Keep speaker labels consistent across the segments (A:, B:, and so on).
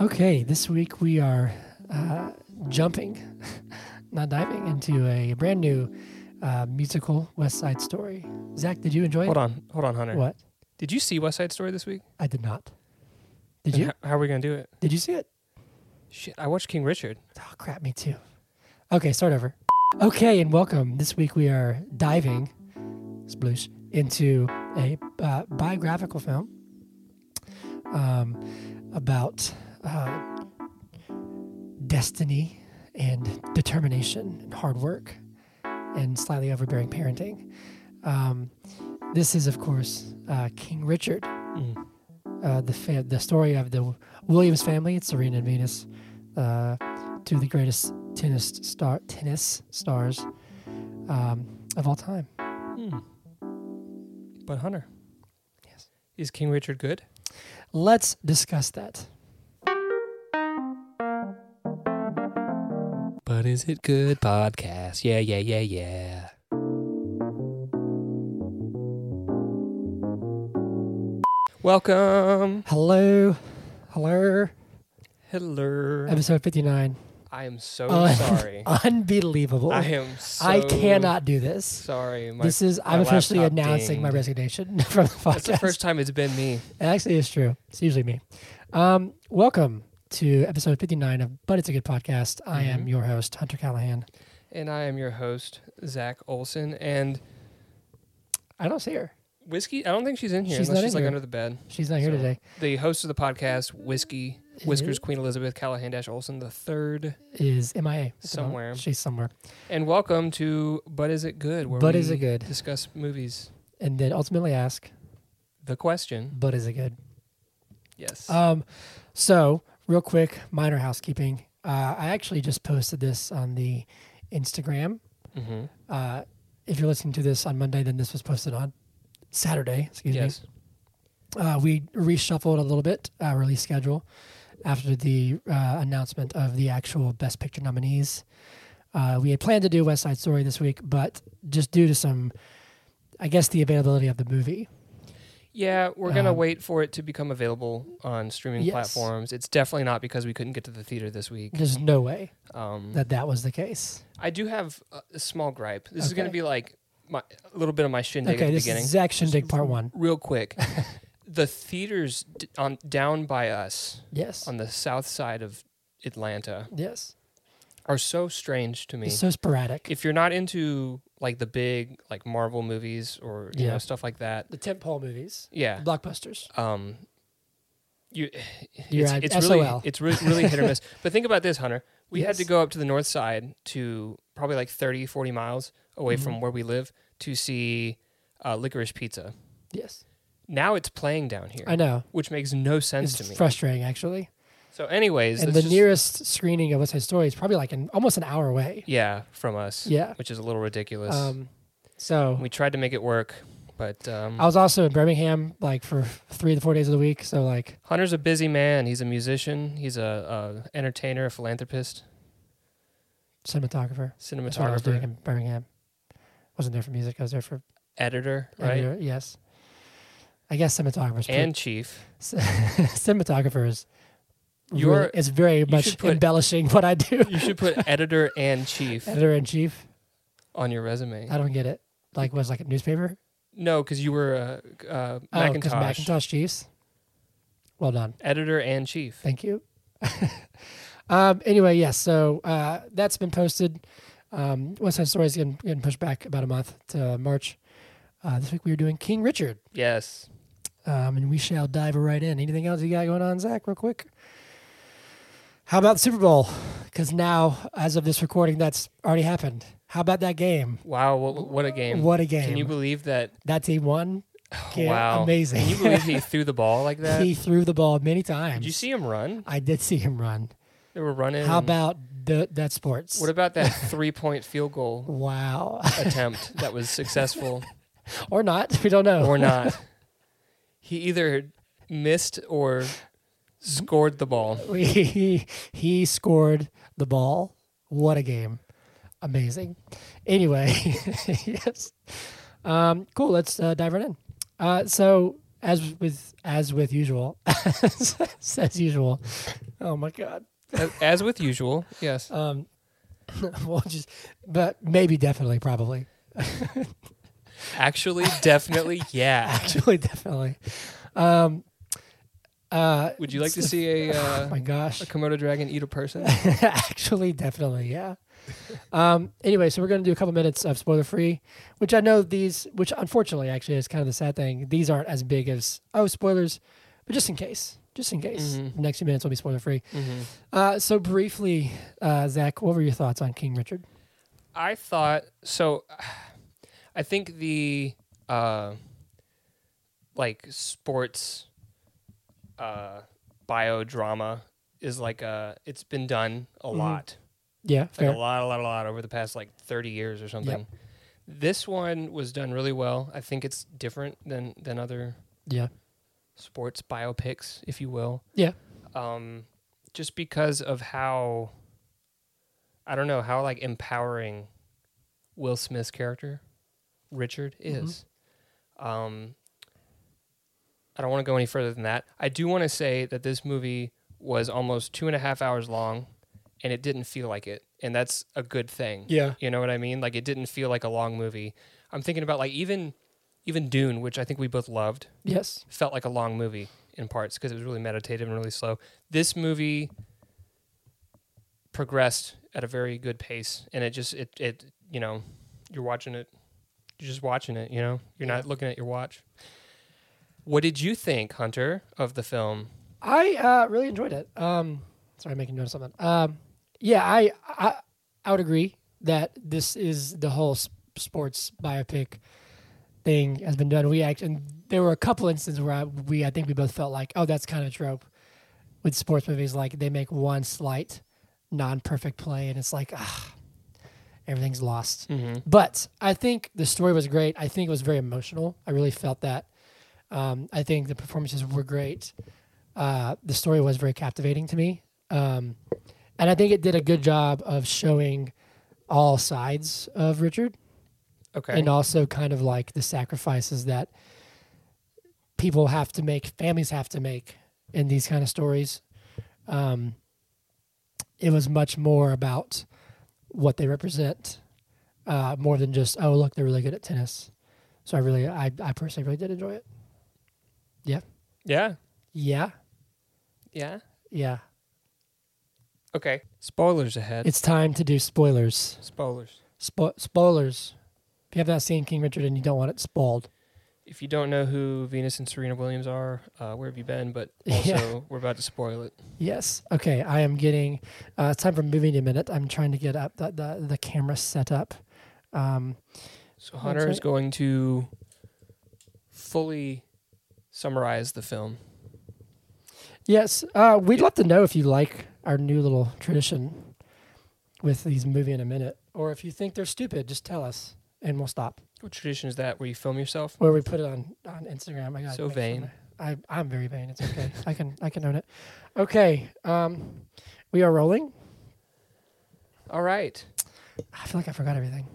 A: Okay, this week we are uh, jumping, not diving, into a brand new uh, musical West Side Story. Zach, did you enjoy
B: Hold
A: it?
B: on, hold on, Hunter.
A: What?
B: Did you see West Side Story this week?
A: I did not. Did
B: And
A: you?
B: h- How, are we gonna do it?
A: Did you see it?
B: Shit, I watched King Richard.
A: Oh crap, me too. Okay, start over. Okay, and welcome. This week we are diving, sploosh, into a uh, biographical film um, about uh, destiny and determination and hard work and slightly overbearing parenting. Um, this is, of course, uh, King Richard,
B: Mm.
A: uh, the fa- the story of the Williams family. It's Serena and Venus, uh, two of the greatest tennis star tennis stars um, of all time.
B: Hmm. But Hunter,
A: Yes.
B: is King Richard good?
A: Let's discuss that.
B: But is it good podcast? Yeah, yeah, yeah, yeah. Welcome.
A: Hello, hello,
B: Hello. Oh,
A: episode fifty nine.
B: I am so
A: Un-
B: sorry.
A: Unbelievable.
B: I am so
A: I cannot do this.
B: sorry. My,
A: This is I'm
B: my
A: officially
B: laptop
A: announcing my
B: dinged.
A: resignation from the podcast.
B: that's the first time it's been me.
A: It actually is true. It's usually me. Um, welcome to episode 59 of But It's a Good Podcast. I am
B: Mhm.
A: your host, Hunter Callahan.
B: And I am your host, Zach Olson. And
A: I don't see her.
B: Whiskey, I don't think she's in here
A: She's
B: unless
A: not
B: she's
A: in
B: like
A: here.
B: under the bed.
A: She's not here
B: So-
A: today.
B: The host of the podcast, Whiskey, Whiskers
A: Is-
B: Queen Elizabeth Callahan Dash Olson the third.
A: Is MIA. at the moment.
B: Somewhere.
A: She's somewhere.
B: And welcome to But Is It Good? Where
A: But
B: we
A: is it good?
B: discuss movies.
A: And then ultimately ask,
B: The question.
A: But is it good?
B: Yes.
A: Um, so, real quick, minor housekeeping. Uh, I actually just posted this on the Instagram.
B: mm-hmm.
A: Uh, if you're listening to this on Monday, then this was posted on Saturday. Excuse me.
B: Yes.
A: uh, we reshuffled a little bit uh, release schedule after the uh, announcement of the actual best picture nominees. Uh, we had planned to do West Side Story this week, but just due to some, I guess, the availability of the movie,
B: Yeah, we're going to
A: Um,
B: wait for it to become available on streaming
A: Yes.
B: platforms. It's definitely not because we couldn't get to the theater this week.
A: there's no way
B: Um,
A: that that was the case.
B: I do have a, a small gripe. This is going to
A: Okay.
B: be like my, a little bit of my shindig at
A: Okay,
B: the
A: this
B: beginning.
A: is Zach Shindig Part One.
B: real quick the theaters d- on down by us
A: Yes,
B: on the south side of atlanta
A: yes.
B: are so strange to me
A: It's so sporadic.
B: if you're not into like the big like marvel movies or you
A: Yeah.
B: know stuff like that
A: the tentpole movies,
B: yeah
A: blockbusters.
B: um you
A: You're
B: it's,
A: at
B: it's
A: SOL.
B: really it's really, really hit or miss but think about this hunter we had to
A: Yes.
B: go up to the north side to probably like 30 40 miles away
A: Mhm.
B: from where we live to see uh, licorice pizza
A: Yes,
B: now it's playing down here
A: I know.
B: which makes no sense to
A: It's
B: me
A: frustrating, actually.
B: So, anyways,
A: And
B: that's
A: the
B: just-
A: nearest screening of West Side Story is probably like an almost an hour away.
B: yeah from us,
A: Yeah.
B: which is a little ridiculous.
A: Um, so
B: we tried to make it work, but um,
A: I was also in Birmingham like for three to four days of the week. So like,
B: Hunter's a busy man. He's a musician. He's a, a entertainer, a philanthropist,
A: cinematographer. That's what I was doing
B: cinematographer,
A: in Birmingham. Wasn't there for music. I was there for
B: editor, right,
A: editor- Yes. I guess cinematographers. put-
B: and chief.
A: cinematographers.
B: You're-
A: really, it's very much
B: should put-
A: embellishing what I do.
B: You should put editor and chief
A: Editor in chief.
B: on your resume.
A: I don't get it. Like was like a newspaper.
B: No, because you were uh, c- uh,
A: Oh, 'cause
B: Macintosh.
A: Macintosh Chiefs. Well done.
B: editor and chief.
A: Thank you. um, anyway, yes. so uh, that's been posted. Um, West Side Story is getting, getting pushed back about a month to March. Uh, this week we were doing King Richard,
B: Yes,
A: um, and we shall dive right in. Anything else you got going on, Zach? Real quick. How about the Super Bowl? Because now, as of this recording, that's already happened. How about that game?
B: wow, what, what a game!
A: What a game!
B: Can you believe that?
A: that team won. Can't-
B: wow,
A: amazing.
B: Can you believe he threw the ball like that?
A: He threw the ball many times.
B: Did you see him run?
A: I did see him run.
B: They were running.
A: How about the, that sports?
B: What about that three point field goal
A: wow.
B: attempt that was successful
A: or not. We don't know.
B: or not? He either missed or scored the ball.
A: he, he scored the ball. What a game. Amazing. Anyway, yes. Um, cool. Let's uh, dive right in. Uh, so, as with as with usual, as, as usual. Oh my god.
B: as, as with usual. Yes.
A: Um, well, just but maybe definitely probably
B: Actually, definitely, yeah.
A: actually definitely. Um, uh,
B: Would you like
A: it's
B: to
A: the-
B: see a
A: Oh
B: uh,
A: my gosh.
B: a Komodo dragon eat a person?
A: Actually, definitely, yeah. Um, anyway, so we're going to do a couple minutes of spoiler free, which I know these, which unfortunately actually is kind of the sad thing. These aren't as big as, oh, spoilers, but just in case, just in case.
B: Mhm.
A: The next few minutes will be spoiler free.
B: Mhm.
A: Uh, so, briefly, uh, Zach, what were your thoughts on King Richard?
B: I thought so. I think the uh, like sports uh, biodrama is like a it's been done a
A: Mm-hmm.
B: lot,
A: Yeah,
B: like
A: fair.
B: a lot, a lot, a lot over the past like thirty years or something. This one was done really well. I think it's different than than other
A: Yeah,
B: sports biopics, if you will.
A: Yeah.
B: Um, just because of how I don't know how like empowering Will Smith's character Richard
A: Mm-hmm.
B: is. Um, I don't want to go any further than that. I do want to say that this movie was almost two and a half hours long, and it didn't feel like it, and that's a good thing.
A: yeah,
B: You know what I mean? Like it didn't feel like a long movie. I'm thinking about like even even Dune, which I think we both loved
A: yes,
B: felt like a long movie in parts because it was really meditative and really slow. This movie progressed at a very good pace, and it just it it you know you're watching it, you're just watching it. You know, you're not looking at your watch. What did you think, Hunter, of the film?
A: I uh, really enjoyed it. Um, sorry, I'm making note of something. Um, yeah, I, I I would agree that this is the whole s- sports biopic thing has been done. We act, and there were a couple instances where I, we I think we both felt like, oh, that's kind of trope with sports movies. Like they make one slight non-perfect play, and it's like, ah, everything's lost.
B: Mm-hmm.
A: But I think the story was great. I think it was very emotional. I really felt that. Um, I think the performances were great. Uh, the story was very captivating to me. Um, and I think it did a good job of showing all sides of Richard
B: Okay.
A: and also kind of like the sacrifices that people have to make, families have to make in these kind of stories. Um, it was much more about what they represent, uh, more than just oh look they're really good at tennis. So I really, I, I personally really did enjoy it.
B: yeah.
A: Yeah,
B: Yeah.
A: yeah.
B: Okay. Spoilers ahead.
A: It's time to do spoilers.
B: Spoilers.
A: Spo- spoilers. If you have not seen King Richard and you don't want it spoiled,
B: If you don't know who Venus and Serena Williams are, uh, where have you been? But also,
A: Yeah.
B: we're about to spoil it.
A: Yes. Okay. I am getting. Uh, it's time for movie in a minute. I'm trying to get up the the, the camera set up. Um,
B: So
A: That's
B: Hunter is
A: right.
B: going to fully summarize the film.
A: yes. Uh, we'd love to know if you like our new little tradition with these movie in a minute, or if you think they're stupid, just tell us and we'll stop.
B: What tradition is that where you film yourself?
A: Where we put it on on Instagram. I gotta
B: So
A: make sure
B: vain.
A: I I'm very vain. It's okay. I can I can own it. Okay. Um, we are rolling.
B: All right.
A: I feel like I forgot everything.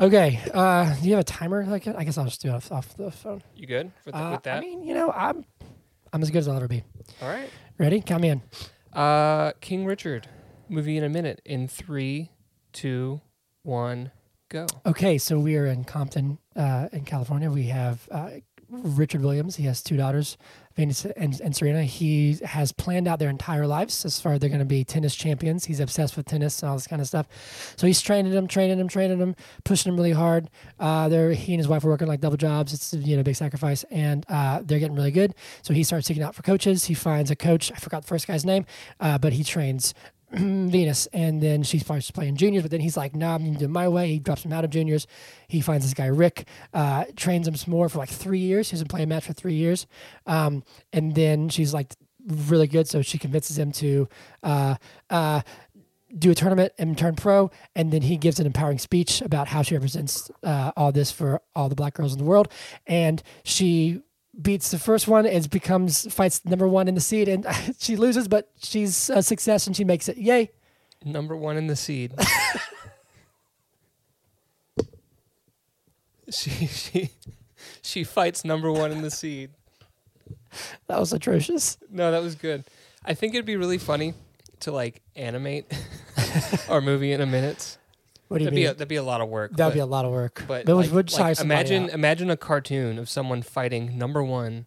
A: Okay. Uh, do you have a timer? Like I guess I'll just do it off, off the phone.
B: You good for th-
A: Uh,
B: with that?
A: I mean, you know, I'm I'm as good as I'll ever be.
B: All right.
A: Ready? Count me in.
B: Uh, King Richard movie in a minute. In three, two, one, go.
A: Okay, so we are in Compton, uh, in California. We have uh, Richard Williams. He has two daughters, Venus and, and Serena. He has planned out their entire lives as far as they're going to be tennis champions. He's obsessed with tennis and all this kind of stuff. So he's training them, training them, training them, pushing them really hard. Uh, they're, he and his wife are working like double jobs. It's you know big sacrifice, and uh, they're getting really good. So he starts seeking out for coaches. He finds a coach. I forgot the first guy's name, uh, but he trains Venus, and then she starts playing juniors. But then he's like, "Nah, I'm gonna do it my way." He drops him out of juniors. He finds this guy Rick, uh, trains him some more for like three years. He doesn't play a match for three years, um, and then she's like really good, so she convinces him to. Uh, uh, do a tournament and turn pro, and then he gives an empowering speech about how she represents uh, all this for all the black girls in the world, and she beats the first one and becomes fights number one in the seed, and she loses, but she's a success and she makes it. Yay!
B: Number one in the seed. she she she fights number one in the seed.
A: That was atrocious.
B: No, that was good. I think it'd be really funny to like animate our movie in a minute.
A: What do you
B: That'd
A: mean?
B: be a, that'd be a lot of work.
A: That'd
B: but-
A: be a lot of work.
B: But
A: we'll-
B: like-
A: we'll
B: like,
A: try somebody
B: imagine
A: out.
B: imagine a cartoon of someone fighting number one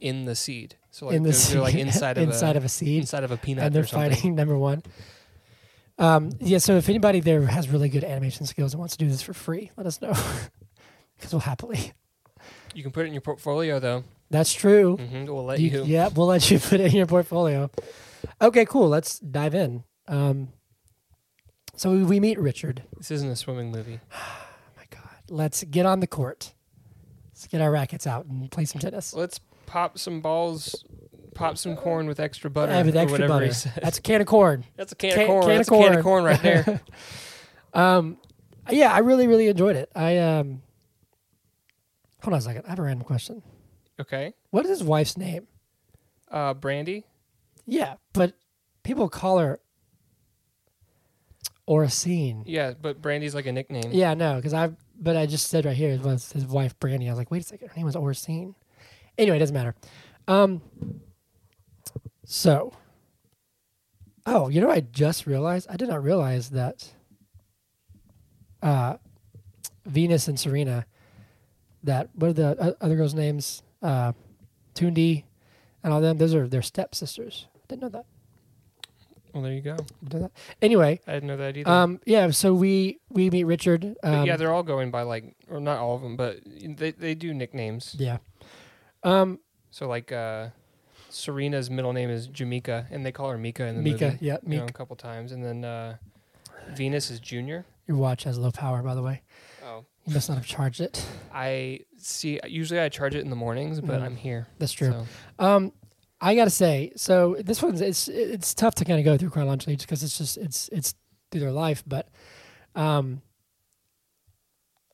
B: in the seed. So like
A: in the
B: they're, they're, like
A: seed-
B: inside of
A: inside
B: a,
A: of a seed,
B: inside of a peanut
A: and they're
B: or something.
A: fighting number one. Um, yeah, so if anybody there has really good animation skills and wants to do this for free, let us know because we'll happily.
B: You can put it in your portfolio though.
A: That's true.
B: hmm We'll let
A: You-
B: you.
A: Yeah, we'll let you put it in your portfolio. Okay, cool. Let's dive in. Um, so we, we meet Richard.
B: This isn't a swimming movie.
A: Oh my God. Let's get on the court. Let's get our rackets out and play some tennis.
B: Let's pop some balls, pop some corn with extra butter.
A: I have an
B: or
A: extra
B: whatever he
A: butter.
B: said.
A: That's a can of corn.
B: That's a can,
A: Can-
B: of corn.
A: can of
B: That's a can
A: corn.
B: of corn right there.
A: Um, yeah, I really, really enjoyed it. I um, hold on a second. I have a random question.
B: okay.
A: What is his wife's name?
B: Uh, Brandy.
A: Yeah, but people call her Oracine.
B: Yeah, but Brandy's like a nickname.
A: Yeah, no, because I but I just said right here it was his wife Brandy. I was like, wait a second, her name was Oracine. Anyway, it doesn't matter. Um, so, oh, you know, what I just realized I did not realize that uh, Venus and Serena, that what are the o- other girls' names? Uh, Tundi and all them. Those are their stepsisters. Didn't know that.
B: Well, there you go.
A: Didn't know that. Anyway,
B: I didn't know that either.
A: um, yeah. So we we meet Richard.
B: But
A: Um,
B: yeah, they're all going by like, or not all of them, but they they do nicknames.
A: yeah. Um,
B: So like, uh, Serena's middle name is Jamika, and they call her Mika in the
A: Mika,
B: movie.
A: yeah,
B: you know,
A: Mika.
B: a couple times, and then uh, Venus is Junior.
A: Your watch has low power, by the way.
B: Oh,
A: You must not have charged it.
B: I see. Usually I charge it in the mornings, but
A: Mm.
B: I'm here.
A: That's true.
B: So.
A: Um, I gotta say, so this one's it's it's tough to kind of go through chronologically just because it's just it's it's through their life. But um,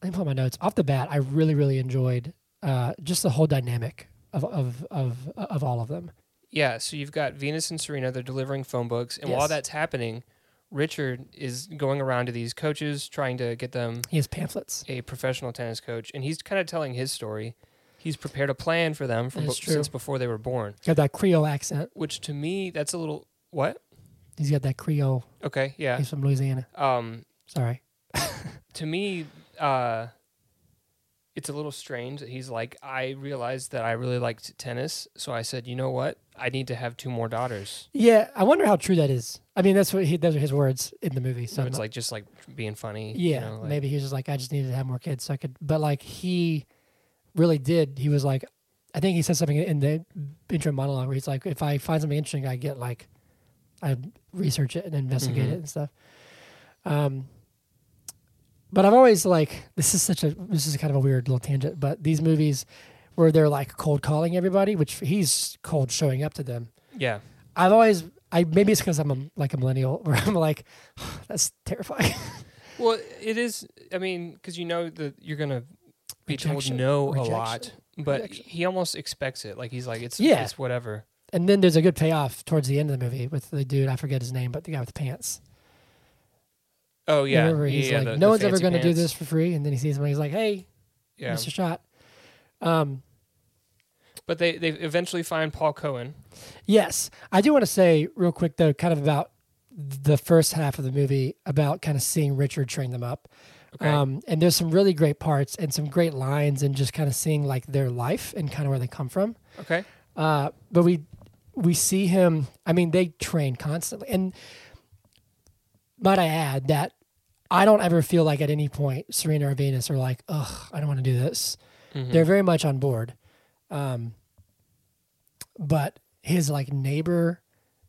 A: let me pull up my notes off the bat. I really really enjoyed uh, just the whole dynamic of of of of all of them.
B: Yeah, so you've got Venus and Serena, they're delivering phone books. And while
A: Yes.
B: that's happening, Richard is going around to these coaches trying to get them
A: He has pamphlets.
B: a professional tennis coach. And he's kind of telling his story. He's prepared a plan for them from
A: That's
B: be-
A: true.
B: since before they were born,
A: Got that Creole accent.
B: which to me, that's a little. What?
A: He's got that Creole.
B: Okay, yeah.
A: He's from Louisiana.
B: Um,
A: Sorry.
B: to me, uh, it's a little strange that he's like, I realized that I really liked tennis. So I said, you know what? I need to have two more daughters.
A: Yeah, I wonder how true that is. I mean, that's what he, those are his words in the movie. So
B: So
A: I'm
B: it's
A: not-
B: like just like being funny. you
A: Yeah,
B: know, like-
A: maybe he was just like, I just needed to have more kids so I could. But like he really did. He was like, I think he said something in the intro monologue where he's like, if I find something interesting, I get like, I research it and investigate
B: Mhm.
A: it and stuff. Um, but I've always like this is such a this is kind of a weird little tangent, but these movies where they're like cold calling everybody, which he's cold showing up to them.
B: Yeah.
A: I've always I maybe it's because I'm a, like a millennial where I'm like, that's terrifying.
B: Well, it is. I mean, because you know that you're gonna be
A: Rejection.
B: told no
A: Rejection.
B: a lot, but
A: Rejection.
B: he almost expects it. Like he's like, it's
A: Yeah.
B: it's whatever.
A: And then there's a good payoff towards the end of the movie with the dude I forget his name, but the guy with the pants.
B: Oh yeah,
A: Remember, he's
B: yeah,
A: like,
B: the-
A: no
B: the
A: one's ever
B: fancy
A: going to do
B: pants.
A: this for free, and then he sees him and he's like, hey,
B: Yeah,
A: Mr. Shot. Um,
B: but they they eventually find Paul Cohen.
A: yes, I do want to say real quick though, kind of about the first half of the movie about kind of seeing Richard train them up.
B: Okay.
A: Um, and there's some really great parts and some great lines and just kind of seeing like their life and kind of where they come from.
B: Okay.
A: Uh, but we we see him. I mean, they train constantly, and might I add that I don't ever feel like at any point Serena or Venus are like, "Ugh, I don't want to do this."
B: Mhm.
A: They're very much on board. Um, but his like neighbor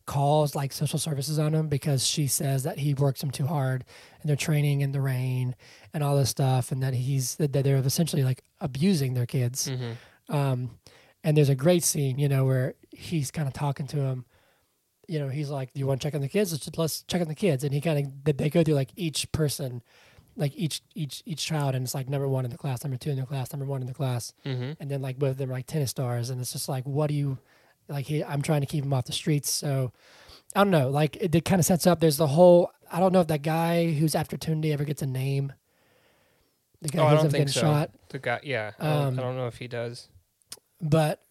A: calls like social services on him because she says that he works him too hard and they're training in the rain and all this stuff and that he's that they're essentially like abusing their kids
B: Mhm.
A: um, and there's a great scene, you know, where he's kind of talking to him. You know, he's like, "Do you want to check on the kids? Let's, let's check on the kids." And he kind of they- they go through like each person, like each each each child, and it's like number one in the class, number two in the class, number one in the class,
B: Mhm.
A: and then like both of them are like tennis stars, and it's just like, what do you like? He, I'm trying to keep him off the streets, so I don't know. Like it, it kind of sets up. There's the whole. I don't know if that guy who's after Tundi ever gets a name. The guy
B: oh, I
A: ends
B: don't
A: up
B: think
A: getting
B: so.
A: shot.
B: The guy, yeah, I don't-
A: Um,
B: I don't know if he does.
A: But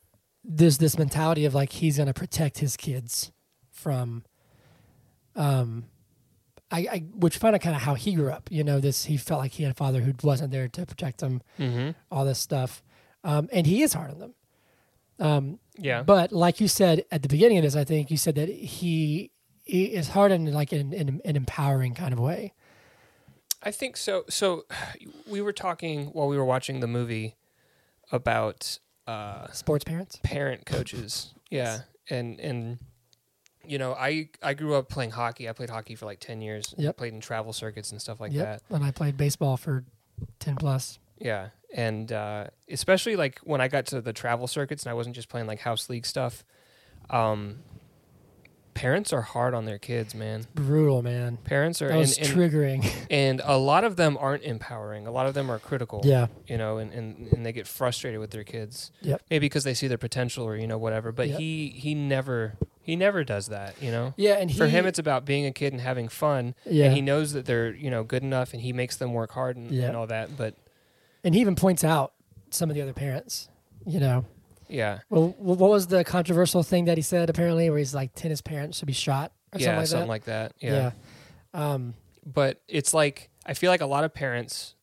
A: there's this mentality of like he's gonna protect his kids from, um, I, I which found out kind of how he grew up. You know, this he felt like he had a father who wasn't there to protect him.
B: Mm-hmm.
A: All this stuff, um, and he is hard on them. Um,
B: Yeah,
A: But like you said at the beginning of this, I think you said that he, he is hard in like an, an, an empowering kind of way.
B: I think so. So we were talking while we were watching the movie about uh,
A: Sports parents.
B: parent coaches. Yeah, and and you know, I I grew up playing hockey. I played hockey for like ten years.
A: Yep.
B: Played in travel circuits and stuff like that.
A: yep. And I played baseball for ten plus.
B: Yeah, and uh, especially like when I got to the travel circuits and I wasn't just playing like house league stuff. Um, parents are hard on their kids, man.
A: Brutal, man.
B: Parents are,
A: That was
B: and, and,
A: triggering.
B: and a lot of them aren't empowering. A lot of them are critical.
A: yeah.
B: you know, and, and, and they get frustrated with their kids.
A: Yep.
B: Maybe because they see their potential or you know whatever. But
A: Yep.
B: he he never he never does that. You know,
A: Yeah, and
B: for him it's about being a kid and having fun.
A: yeah,
B: And he knows that they're you know good enough, and he makes them work hard and,
A: Yeah.
B: and all that. But
A: and he even points out some of the other parents. You know,
B: yeah,
A: well, wh- what was the controversial thing that he said apparently, where he's like, tennis parents should be shot or
B: yeah,
A: something like that.
B: Yeah.
A: yeah. Um,
B: But it's like I feel like a lot of parents,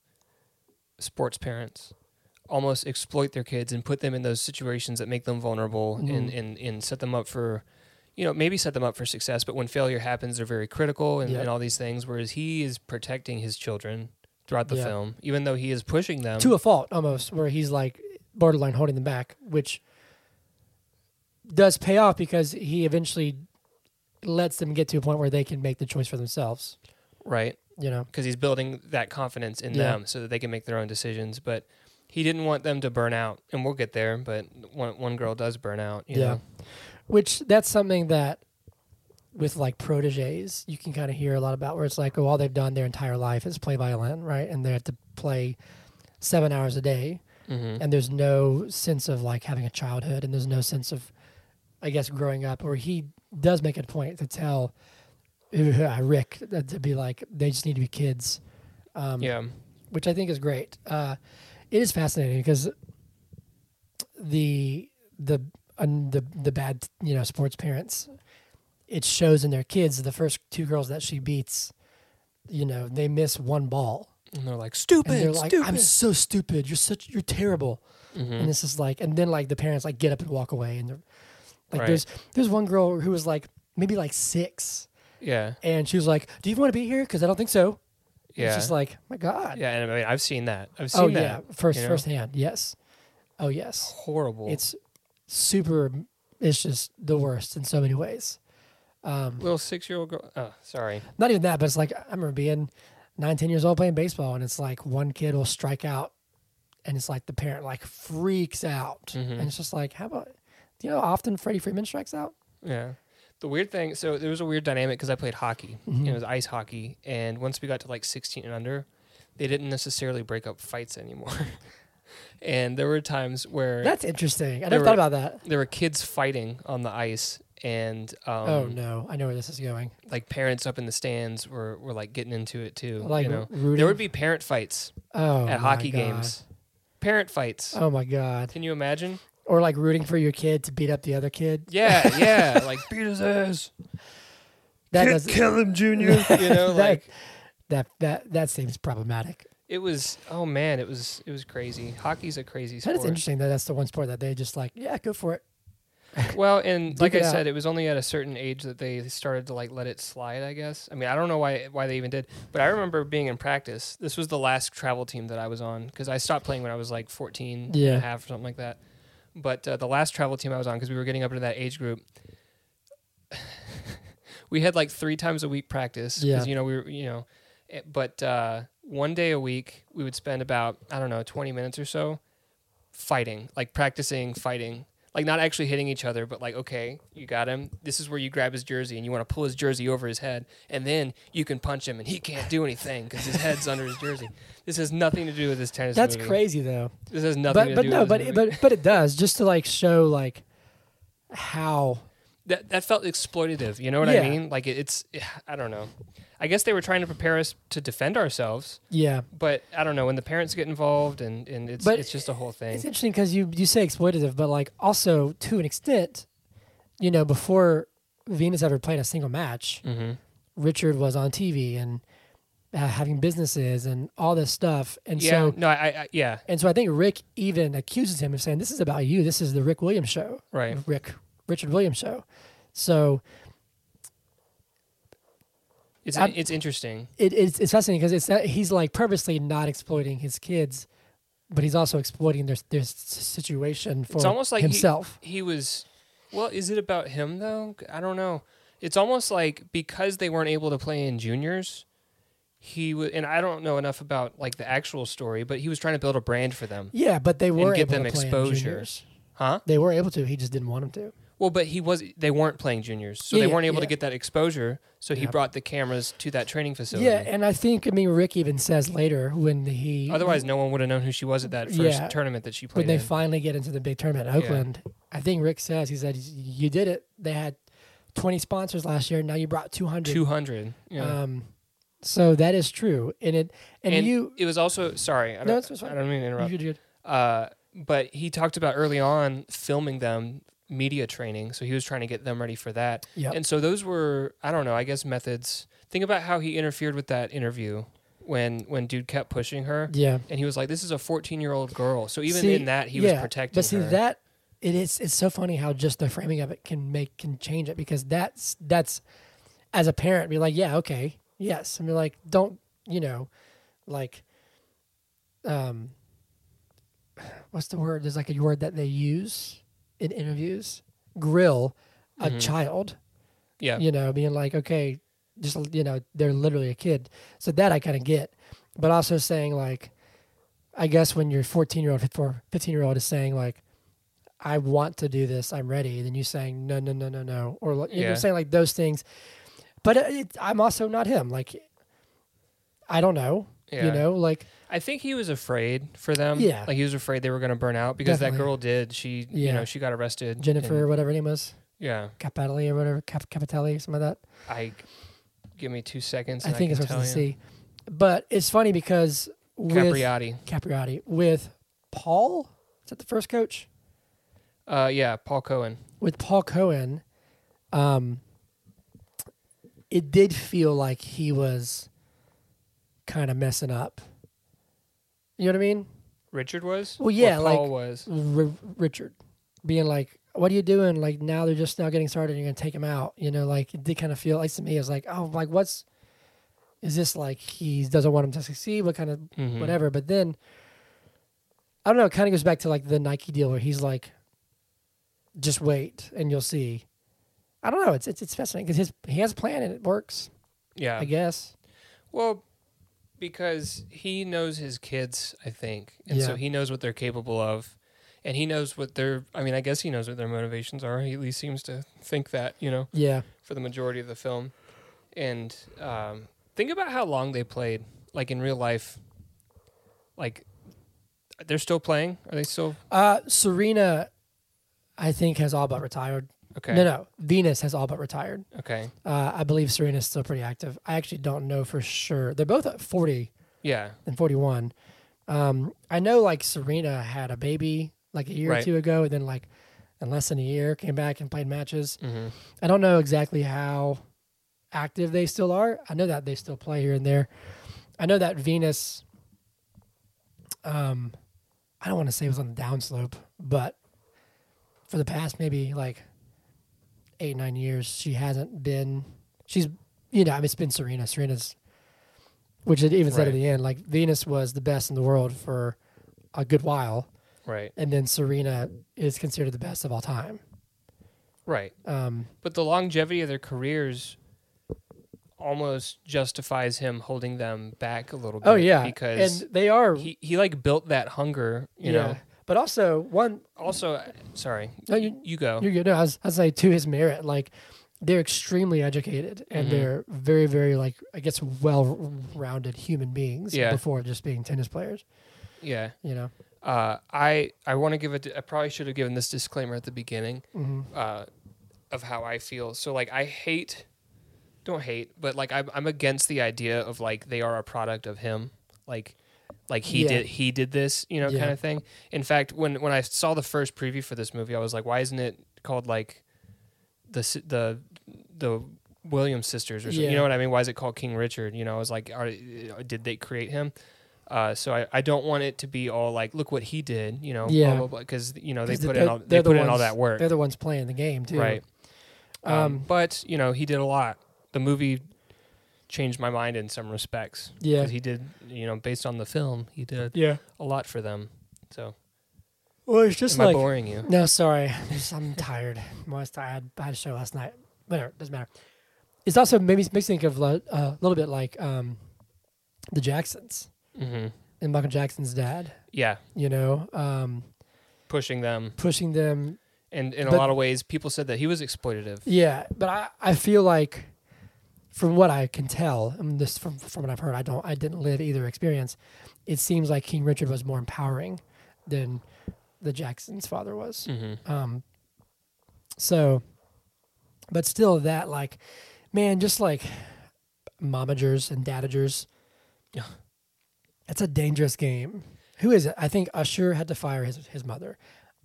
B: sports parents, almost exploit their kids and put them in those situations that make them vulnerable and,
A: Mhm.
B: and, and set them up for you know, maybe set them up for success, but when failure happens they're very critical and,
A: Yeah.
B: and all these things, whereas he is protecting his children throughout the
A: Yeah.
B: film, even though he is pushing them.
A: to a fault almost, where he's like borderline holding them back, which does pay off because he eventually lets them get to a point where they can make the choice for themselves.
B: right.
A: You know,
B: because he's building that confidence in
A: Yeah.
B: them so that they can make their own decisions. But he didn't want them to burn out, and we'll get there. But one one girl does burn out. You
A: Yeah.
B: Know?
A: which that's something that with like proteges you can kind of hear a lot about where it's like oh all they've done their entire life is play violin right and they have to play seven hours a day
B: Mm-hmm.
A: and there's no sense of like having a childhood and there's no sense of i guess growing up or he does make it a point to tell uh, rick that to be like they just need to be kids um,
B: yeah,
A: which i think is great uh, it is fascinating because the the un the the bad you know sports parents it shows in their kids the first two girls that she beats you know they miss one ball
B: and they're like stupid,
A: and they're like
B: stupid.
A: i'm so stupid you're such you're terrible and
B: Mhm.
A: this is like and then like the parents like get up and walk away and they're like
B: Right.
A: there's there's one girl who was like maybe like six
B: Yeah,
A: and she was like do you want to be here because i don't think so
B: yeah,
A: it's just like my god
B: yeah. And I mean, I've seen that. I've seen
A: oh
B: that.
A: yeah first
B: you know?
A: firsthand yes oh yes
B: Horrible.
A: it's super it's just the worst in so many ways um
B: little six year old girl. Oh, sorry.
A: not even that but it's like i remember being nine ten years old playing baseball and it's like one kid will strike out and it's like the parent like freaks out
B: Mhm.
A: and it's just like how about do you know how often freddie freeman strikes out
B: Yeah. The weird thing, so there was a weird dynamic because I played hockey.
A: Mm-hmm.
B: It was ice hockey, and once we got to like 16 and under, they didn't necessarily break up fights anymore. and there were times where
A: that's interesting i
B: There
A: never thought
B: were-
A: about that
B: there were kids fighting on the ice, and um,
A: oh no i know where this is going
B: like parents up in the stands were, were like getting into it too.
A: like
B: you know,
A: rooting
B: there would be parent fights
A: oh,
B: at
A: my
B: hockey
A: God.
B: games. Parent fights.
A: oh my god
B: Can you imagine?
A: or like rooting for your kid to beat up the other kid
B: Yeah, yeah. like beat his ass.
A: that
B: Ki-
A: does
B: kill him, Junior. you know,
A: That-
B: like
A: that that that seems problematic
B: It was oh man, it was it was crazy. Hockey's a crazy
A: That
B: sport.
A: is interesting that that's the one sport that they just like, yeah, go for it.
B: Well, and
A: Duke
B: like I
A: it out.
B: said, it was only at a certain age that they started to like let it slide. I guess. I mean, I don't know why why they even did, but I remember being in practice. This was the last travel team that I was on because I stopped playing when I was like 14 and
A: Yeah.
B: a half or something like that. But uh, the last travel team I was on because we were getting up into that age group. we had like three times a week practice
A: Yeah.
B: because you know we were you know, eh, but uh, one day a week we would spend about I don't know 20 minutes or so fighting, like practicing fighting, like not actually hitting each other, but like, okay, you got him. This is where you grab his jersey and you want to pull his jersey over his head, and then you can punch him and he can't do anything because his head's under his jersey. This has nothing to do with this tennis.
A: That's
B: movie.
A: crazy though.
B: This has nothing
A: But
B: to
A: but
B: do
A: no,
B: with
A: but
B: this
A: it,
B: movie.
A: but but it does just to like show like how
B: that that felt exploitative. You know what I
A: Yeah.
B: mean? Like it, it's, I don't know. I guess they were trying to prepare us to defend ourselves,
A: Yeah.
B: but I don't know when the parents get involved and, and it's
A: But
B: it's just a whole thing.
A: It's interesting because you you say exploitative, but like also to an extent, you know, before Venus ever played a single match,
B: hmm
A: Richard was on TV and uh, having businesses and all this stuff, and
B: yeah,
A: so
B: no, I, I yeah,
A: and so I think Rick even accuses him of saying, "This is about you. This is the Rick Williams show,
B: right,
A: Rick Richard Williams show." So
B: it's
A: Mm-hmm. I'm-
B: it's interesting,
A: it, it's it's fascinating because it's that he's like purposely not exploiting his kids, but he's also exploiting their their s- situation for
B: It's almost like he-
A: himself.
B: he was well is it about him though i don't know it's almost like because they weren't able to play in juniors he was and i don't know enough about like the actual story but he was trying to build a brand for them
A: yeah, but they were
B: give
A: able
B: them
A: to play in
B: exposure.
A: juniors.
B: huh
A: They were able to. He just didn't want him to.
B: well but he was they weren't playing juniors so
A: Yeah,
B: they
A: yeah,
B: weren't able to
A: yeah.
B: get that exposure so he
A: Yeah.
B: brought the cameras to that training facility
A: yeah, and I think I mean Rick even says later when he
B: otherwise no one would have known who she was at that first
A: Yeah.
B: tournament that she played
A: when they
B: in.
A: finally get into the big tournament in
B: Yeah.
A: Oakland, I think Rick says he said you did it. They had twenty sponsors last year. Now you brought two hundred.
B: 200 yeah.
A: Um, so that is true, and it and,
B: and
A: you
B: it was also sorry i don't,
A: No, it's- it's fine.
B: I don't mean to interrupt
A: you did.
B: Uh, but he talked about early on filming them media training, so he was trying to get them ready for that.
A: Yep.
B: And so those were, I don't know, I guess methods. Think about how he interfered with that interview when when dude kept pushing her,
A: Yeah.
B: and he was like, "This is a 14 year old girl." So even
A: See,
B: in that, he was
A: yeah,
B: protecting
A: But see
B: her.
A: that it is it's so funny how just the framing of it can make can change it because that's that's as a parent be like yeah okay yes and be like don't you know like um what's the word there's like a word that they use in interviews grill a
B: Mhm.
A: child
B: yeah,
A: you know being like okay just you know they're literally a kid so that i kind of get but also saying like i guess when your 14 year old 15 year old is saying like i want to do this i'm ready then you saying no no no no no or like, you know
B: Yeah.
A: saying like those things but uh, it, it, i'm also not him like i don't know
B: Yeah.
A: you know like
B: I think he was afraid for them.
A: Yeah.
B: like he was afraid they were going to burn out because that
A: Definitely.
B: girl did. She, you
A: Yeah.
B: know, she got arrested.
A: jennifer or
B: and-
A: whatever her name was
B: yeah,
A: capelli or whatever Cap- capitelli something like that
B: I give me two seconds.
A: i
B: and
A: think
B: I
A: it's
B: can
A: supposed
B: tell
A: to
B: you.
A: see but it's funny because with
B: Capriati.
A: Capriati with Paul. Is that the first coach?
B: Uh, yeah, Paul Cohen.
A: With Paul Cohen, um, it did feel like he was kind of messing up. You know what I mean?
B: Richard was?
A: Well,
B: Or
A: yeah,
B: Paul
A: like- mm,
B: was.
A: R- Richard being like, "What are you doing?" Like now they're just now getting started. and You're gonna take him out. You know, like it did kind of feel like to me it was like, "Oh, like what's is this like? He doesn't want him to succeed. What kind of
B: Mhm.
A: whatever. But then I don't know. It kind of goes back to like the Nike deal where he's like, just wait and you'll see. I don't know. It's it's, it's fascinating because his he has a plan and it works.
B: Yeah.
A: I guess.
B: Well, because he knows his kids, I think. And so
A: Yeah.
B: he knows what they're capable of. And he knows what their, I mean, I guess he knows what their motivations are. He at least seems to think that, you know,
A: Yeah.
B: for the majority of the film. And um, think about how long they played, like in real life. Like, they're still playing? Are they still?
A: Uh, Serena, I think has all but retired.
B: Okay.
A: No, no. Venus has all but retired.
B: Okay.
A: Uh, I believe Serena's still pretty active. I actually don't know for sure. They're both at forty
B: Yeah.
A: and forty one. Um, I know like Serena had a baby like a year
B: Right.
A: or two ago, and then like in less than a year came back and played matches.
B: hmm
A: I don't know exactly how active they still are. I know that they still play here and there. I know that Venus, um, I don't want to say it was on the downslope, but for the past maybe like eight, nine years, she hasn't been, she's, you know, I mean, it's been Serena. Serena's, which it even said at
B: Right.
A: the end, like Venus was the best in the world for a good while.
B: Right.
A: And then Serena is considered the best of all time.
B: Right.
A: Um,
B: But the longevity of their careers almost justifies him holding them back a little bit.
A: oh, yeah.
B: because
A: and they are
B: he, he like built that hunger, you know.
A: But also one,
B: Also, I- sorry,
A: No,
B: you,
A: you-
B: go.
A: you're good. No, I was, I was like to his merit, like they're extremely educated and
B: Mhm.
A: they're very, very like I guess well-rounded human beings
B: Yeah.
A: before just being tennis players.
B: yeah,
A: You know,
B: uh, I I want to give it. I probably should have given this
A: Mm-hmm.
B: disclaimer at the beginning
A: hmm
B: uh, of how I feel. So like, I hate don't hate, but like I'm, I'm against the idea of like they are a product of him, like like he
A: Yeah.
B: did he did this, you know,
A: Yeah.
B: kind of thing. In fact, when when I saw the first preview for this movie, I was like, why isn't it called like the si- the the Williams sisters or something? You
A: Yeah.
B: know what I mean? Why is it called King Richard? You know, I was like, are, did they create him? Uh, so I, I don't want it to be all like look what he did you know
A: Yeah.
B: blah, blah, blah, because you know they
A: 'Cause
B: put
A: they're-
B: in all they
A: they're the
B: put in all
A: ones-
B: that work
A: They're the ones playing the game too.
B: Right. Um,
A: Um,
B: but you know, he did a lot. The movie changed my mind in some respects.
A: Yeah.
B: 'Cause he did. You know, based on the film, he did
A: Yeah.
B: a lot for them. So
A: Well, it's just
B: am I
A: like
B: boring you?
A: no, sorry, I'm, just, I'm tired. I'm always tired. I had a show last night. Whatever, doesn't matter. It's also maybe makes me think of a uh, little bit like um, the Jacksons
B: hmm
A: and Michael Jackson's dad.
B: Yeah,
A: You know, um,
B: pushing them,
A: pushing them.
B: and in
A: But-
B: a lot of ways, people said that he was exploitative.
A: Yeah, but I, I feel like from what I can tell, and this from from what I've heard, I don't I didn't live either experience. It seems like King Richard was more empowering than the Jacksons' father was.
B: hmm
A: Um, so, but still, that like, man, just like momagers and dadagers.
B: Yeah.
A: That's a dangerous game. Who is it? I think Usher had to fire his his mother.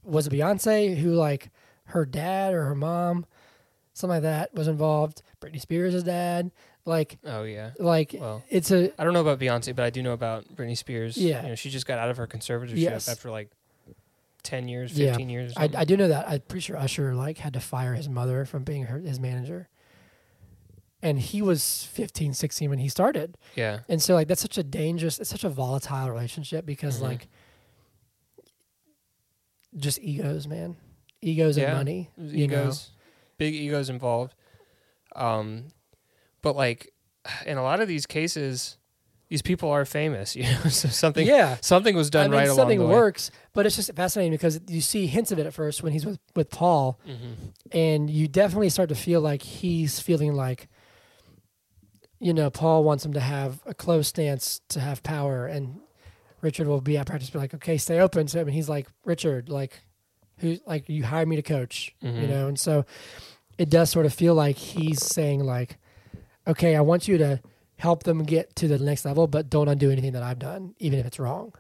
A: Was it Beyonce who like her dad or her mom, something like that was involved? Britney Spears' dad, like
B: Oh yeah.
A: like
B: Well,
A: it's a
B: I don't know about Beyonce, but I do know about Britney Spears.
A: Yeah.
B: you know, she just got out of her conservatorship
A: Yes.
B: after like ten years,
A: Yeah.
B: fifteen years. Or
A: I,
B: something.
A: I do know that. I'm pretty sure Usher like had to fire his mother from being her, his manager. And he was 15, 16 when he started.
B: yeah,
A: And so like that's such a dangerous, it's such a volatile relationship because
B: Mhm.
A: like just egos, man. Egos
B: Yeah.
A: and money.
B: There's
A: You know?
B: egos, big egos involved. Um, but like in a lot of these cases, these people are famous. You know, so something
A: Yeah.
B: something was done
A: I mean,
B: right along
A: something
B: the
A: works, but it's just fascinating because you see hints of it at first when he's with, with Paul,
B: way. Mhm.
A: and you definitely start to feel like he's feeling like you know paul wants him to have a close stance to have power and richard will be at practice be like okay stay open to him and he's like richard like who like you hire me to coach you
B: Mhm.
A: know and so it does sort of feel like he's saying like okay i want you to help them get to the next level but don't undo anything that i've done even if it's wrong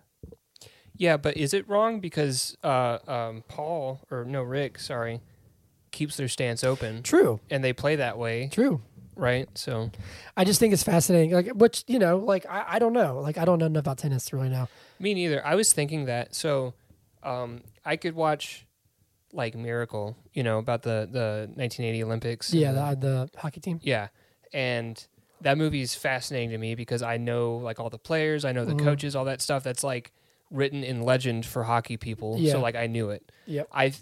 B: Yeah, but is it wrong because uh, um, Paul or no Rick, sorry, keeps their stance open
A: true
B: and they play that way,
A: true
B: right? So
A: i just think it's fascinating like which you know like i, I don't know like i don't know enough about tennis to really know
B: me neither. I was thinking that. So um, I could watch like Miracle, you know, about the the 1980 Olympics. and
A: Yeah,
B: the-
A: the, the hockey team.
B: Yeah. And that movie is fascinating to me because I know like all the players, I know the
A: Mhm.
B: coaches, all that stuff that's like written in legend for hockey people.
A: Yeah.
B: So like I knew it.
A: Yep.
B: I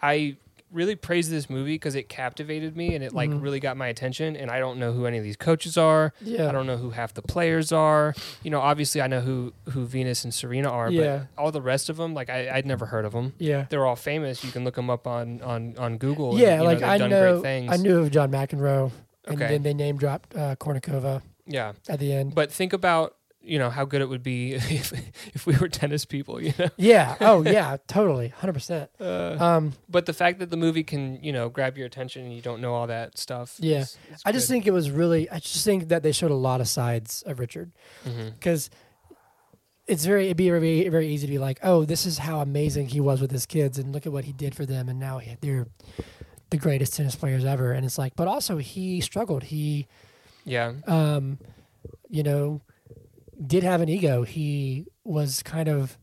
B: I really praise this movie because it captivated me and it like
A: Mhm.
B: really got my attention and I don't know who any of these coaches are.
A: Yeah.
B: I don't know who half the players are. You know, obviously I know who who Venus and Serena are,
A: Yeah.
B: but all the rest of them like I I'd never heard of them.
A: yeah.
B: They're all famous. You can look them up on on on Google. and,
A: Yeah,
B: you know,
A: like
B: they've
A: I
B: done
A: know
B: great things.
A: I knew of John McEnroe and
B: Okay.
A: then they name dropped uh, Kornikova
B: Yeah.
A: at the end.
B: But think about you know how good it would be if if we were tennis people, you know.
A: yeah. Oh yeah, totally. 100%. Um
B: But the fact that the movie can you know grab your attention and you don't know all that stuff.
A: Yeah.
B: is- is
A: I just
B: good.
A: think it was really I just think that they showed a lot of sides of Richard
B: Mhm.
A: cuz it's very it'd be very very easy to be like, "Oh, this is how amazing he was with his kids and look at what he did for them and now he- they're the greatest tennis players ever." And it's like, but also he struggled. He
B: Yeah.
A: um, you know, did have an ego. He was kind of,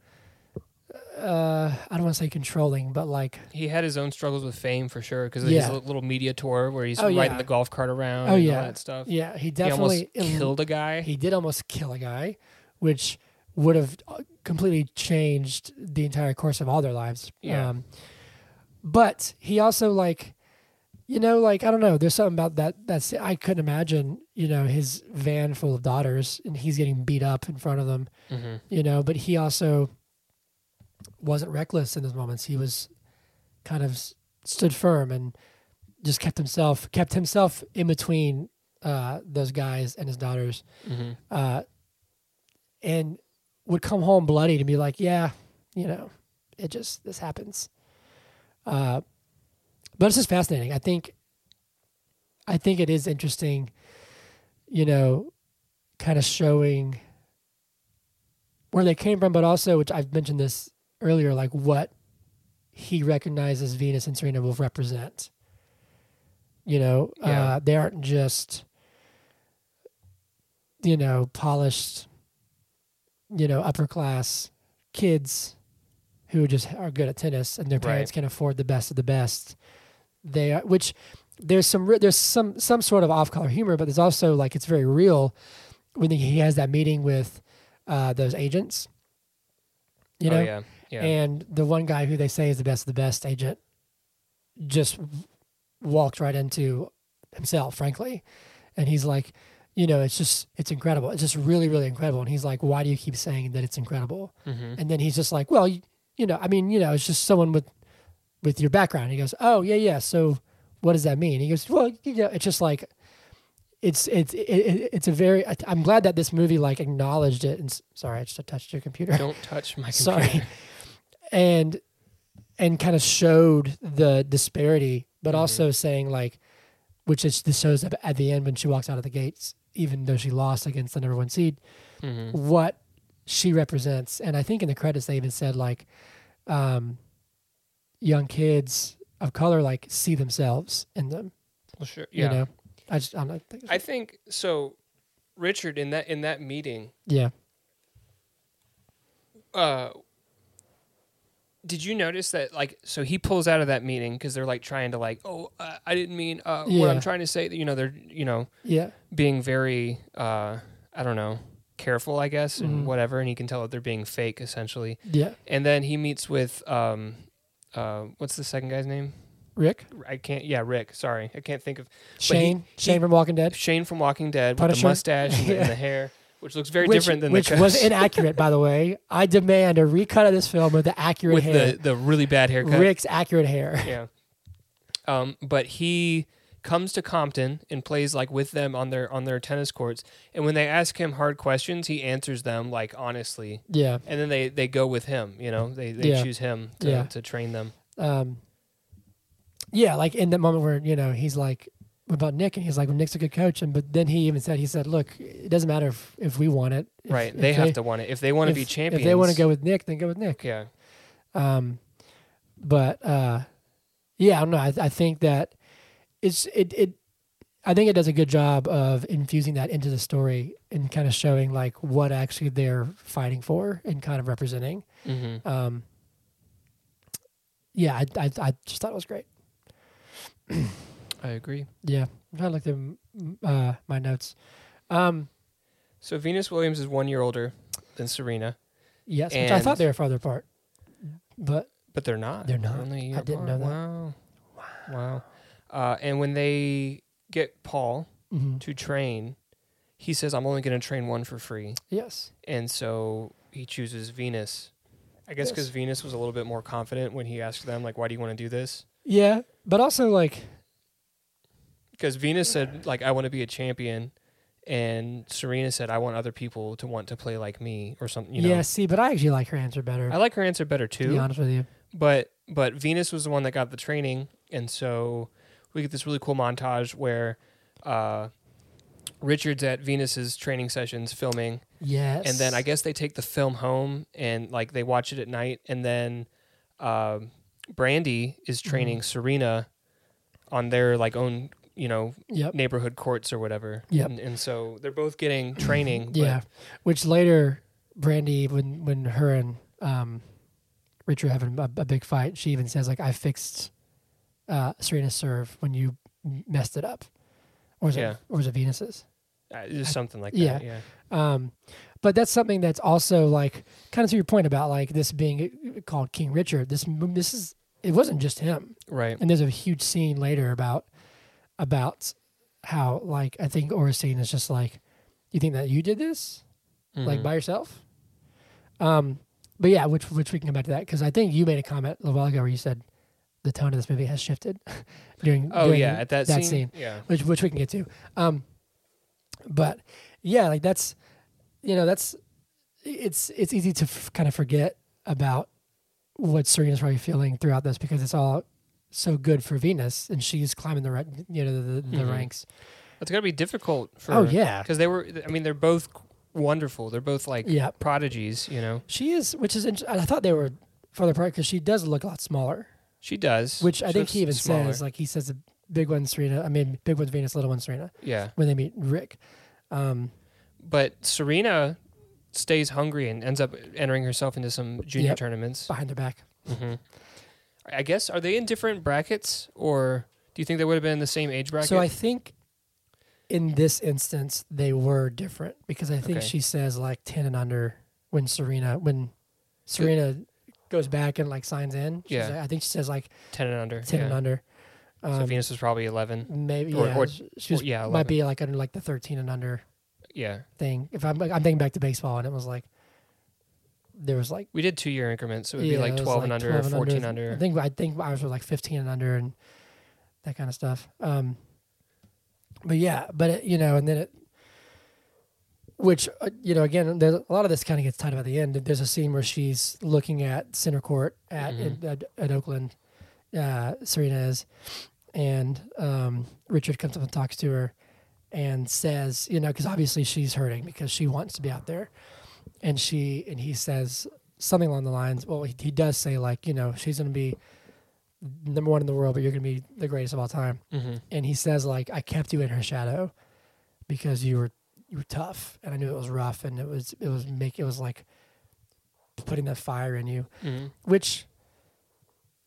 A: uh, I don't want to say controlling, but like,
B: He had his own struggles with fame for sure because
A: Yeah.
B: his li- little media tour where he's
A: Oh,
B: riding
A: yeah.
B: the golf cart around
A: Oh,
B: and
A: yeah.
B: all that stuff.
A: yeah, he
B: He almost
A: definitely in-
B: killed a guy.
A: He did almost kill a guy, which would have uh, completely changed the entire course of all their lives.
B: Yeah.
A: Um, but he also like, you know, like I don't know. There's something about that. That's I couldn't imagine. You know, his van full of daughters, and he's getting beat up in front of them.
B: hmm
A: you know but he also wasn't reckless in those moments he was kind of s- stood firm and just kept himself kept himself in between uh, those guys and his daughters
B: hmm
A: uh, and would come home bloody to be like yeah you know it just this happens uh, but it's just fascinating i think I think it is interesting, you know, kind of showing where they came from, but also, which I've mentioned this earlier, like what he recognizes Venus and Serena will represent. You know,
B: Yeah.
A: uh, they aren't just, you know, polished, you know, upper class kids who just are good at tennis and their
B: Right.
A: parents can afford the best of the best. They are, which there's some re- there's some some sort of off color humor, but there's also like it's very real when he has that meeting with uh, those agents. You know,
B: oh, yeah, yeah,
A: and the one guy who they say is the best of the best agent just w- walked right into himself, frankly. And he's like, you know, it's just, it's incredible. It's just really, really incredible. And he's like, why do you keep saying that it's incredible?
B: mm-hmm.
A: And then he's just like, well, you, you know, I mean, you know, it's just someone with, with your background. He goes, oh yeah, yeah. So what does that mean? He goes, well, you know, it's just like, it's it's it, it, it's a very. I- I'm glad that this movie like acknowledged it. And s- sorry, I just touched your computer
B: don't touch my computer.
A: sorry and and kind of showed the disparity but
B: Mhm.
A: also saying like which is this shows up at the end when she walks out of the gates even though she lost against the number one seed
B: Mhm.
A: what she represents and i think in the credits they even said like um young kids of color like see themselves in them
B: Well, sure. Yeah,
A: you know i just i'm not
B: I think so. Richard, in that in that meeting,
A: yeah
B: uh, did you notice that like so he pulls out of that meeting because they're like trying to like oh uh, I didn't mean uh, what I'm
A: Yeah.
B: trying to say you know they're you know
A: yeah
B: being very uh, I don't know careful I guess and
A: Mhm.
B: whatever and he can tell that they're being fake essentially
A: yeah
B: and then he meets with um uh what's the second guy's name
A: rick
B: I can't yeah Rick sorry I can't think of
A: shane shane from walking dead
B: Shane from Walking Dead with
A: Punisher?
B: the mustache and, the, and
A: Yeah.
B: the hair which looks very
A: which,
B: different than
A: which
B: the
A: was
B: cuts
A: inaccurate, by the way. I demand a recut of this film with the accurate
B: with
A: hair,
B: the the really bad haircut
A: Rick's accurate hair.
B: yeah. Um, but he comes to Compton and plays like with them on their on their tennis courts. And when they ask him hard questions, he answers them like honestly.
A: Yeah,
B: And then they they go with him. You know, they they
A: Yeah.
B: choose him to,
A: Yeah.
B: to train them.
A: um, yeah. Like in that moment where you know he's like "What about Nick, and he's like, well, "Nick's a good coach," and but then he even said, "He said, look, it doesn't matter if, if we want it, If-
B: right.
A: if
B: They have to want it if they want to
A: if-
B: be
A: If
B: champions.
A: they want to go with Nick, then go with Nick."
B: Yeah.
A: Um, but uh, yeah, I don't know. I, I think that it's it it. I think it does a good job of infusing that into the story and kind of showing like what actually they're fighting for and kind of representing.
B: Mm-hmm.
A: Um, yeah, I, I I just thought it was great.
B: I agree.
A: Yeah, I'm trying to look through mm, uh, my notes. Um,
B: So Venus Williams is one year older than Serena,
A: yes, which I
B: And-
A: thought they were farther apart, but
B: but they're not.
A: They're not.
B: Only a year
A: I didn't know
B: apart.
A: that.
B: Wow. Wow. Uh, and when they get Paul,
A: mhm,
B: to train, he says, I'm only going to train one for free.
A: yes,
B: And so he chooses Venus. I guess
A: Yes.
B: because Venus was a little bit more confident when he asked them, like, why do you want to do this?
A: yeah, but also like
B: Because Venus said, like, I want to be a champion. And Serena said, I want other people to want to play like me or something. You know?
A: yeah, see, but I actually like her answer better.
B: I like her answer better
A: to be
B: too.
A: honest with you.
B: But but Venus was the one that got the training. And so we get this really cool montage where uh, Richard's at Venus's training sessions filming.
A: Yes.
B: and then I guess they take the film home and like they watch it at night, and then um, Brandy is
A: Mm-hmm.
B: training Serena on their like own you know
A: Yep.
B: neighborhood courts or whatever.
A: Yep.
B: And, and so they're both getting training.
A: Yeah. Which later, Brandy, when when her and um, Richard are having a, a big fight, she even says like, "I fixed uh, Serena's serve when you m- messed it up," or was
B: Yeah.
A: it or was it Venus's?
B: but, uh, just something like
A: Yeah.
B: that. Yeah.
A: Um, but that's something that's also like kind of to your point about like this being uh, called King Richard. This m- this is it wasn't just him.
B: Right.
A: and there's a huge scene later about about how like I think Oristine is just like, you think that you did this like
B: Mhm.
A: by yourself, um, but yeah, which which we can come back to that because I think you made a comment a while ago where you said the tone of this movie has shifted during
B: oh
A: during
B: yeah, at that,
A: that
B: scene,
A: scene.
B: Yeah.
A: which which we can get to, um, but yeah, like that's you know that's it's it's easy to f- kind of forget about what Serena's probably feeling throughout this because it's all so good for Venus, and she's climbing the ra- you know the, the, the
B: Mhm.
A: ranks.
B: That's gotta be difficult for.
A: oh yeah,
B: Because they were. I mean, they're both wonderful. They're both like
A: yeah.
B: prodigies. You know.
A: She is, which is interesting. I thought they were farther apart because she does look a lot smaller.
B: She does.
A: Which I
B: She
A: think
B: looks
A: he even
B: smaller.
A: says, like he says, the big one's Serena. I mean, big one's Venus, little one's Serena.
B: Yeah.
A: When they meet Rick, um,
B: But Serena stays hungry and ends up entering herself into some junior
A: Yep.
B: tournaments.
A: behind her back,
B: hmm I guess are they in different brackets, or do you think they would have been in the same age bracket?
A: So I think in this instance they were different because I think
B: Okay.
A: she says like ten and under when Serena when Serena goes back and like signs in. She's
B: Yeah.
A: like- I think she says like
B: ten and under.
A: ten
B: yeah.
A: and under.
B: so
A: Um,
B: Venus was probably eleven.
A: maybe
B: or-
A: yeah,
B: or-
A: she was,
B: or- yeah,
A: might be like under like the thirteen and under
B: Yeah,
A: thing. If I'm I'm thinking back to baseball and it was like there was like
B: we did two year increments, so it would
A: yeah,
B: be like
A: it was,
B: twelve and under, or
A: 12
B: fourteen
A: I
B: under.
A: think I think ours were like fifteen and under and that kind of stuff. Um, but yeah, but it, you know, and then it, which uh, you know, again, there's a lot of this kind of gets tied up at the end. There's a scene where she's looking at center court at
B: Mhm.
A: at, at Oakland, uh, Serena is, and um, Richard comes up and talks to her, and says, you know, because obviously she's hurting because she wants to be out there, and she and he says something along the lines. Well, he, he does say like, you know, she's gonna be number one in the world, but you're gonna be the greatest of all time.
B: hmm
A: And he says like, I kept you in her shadow because you were you were tough, and I knew it was rough, and it was it was make it was like putting that fire in you,
B: hmm
A: which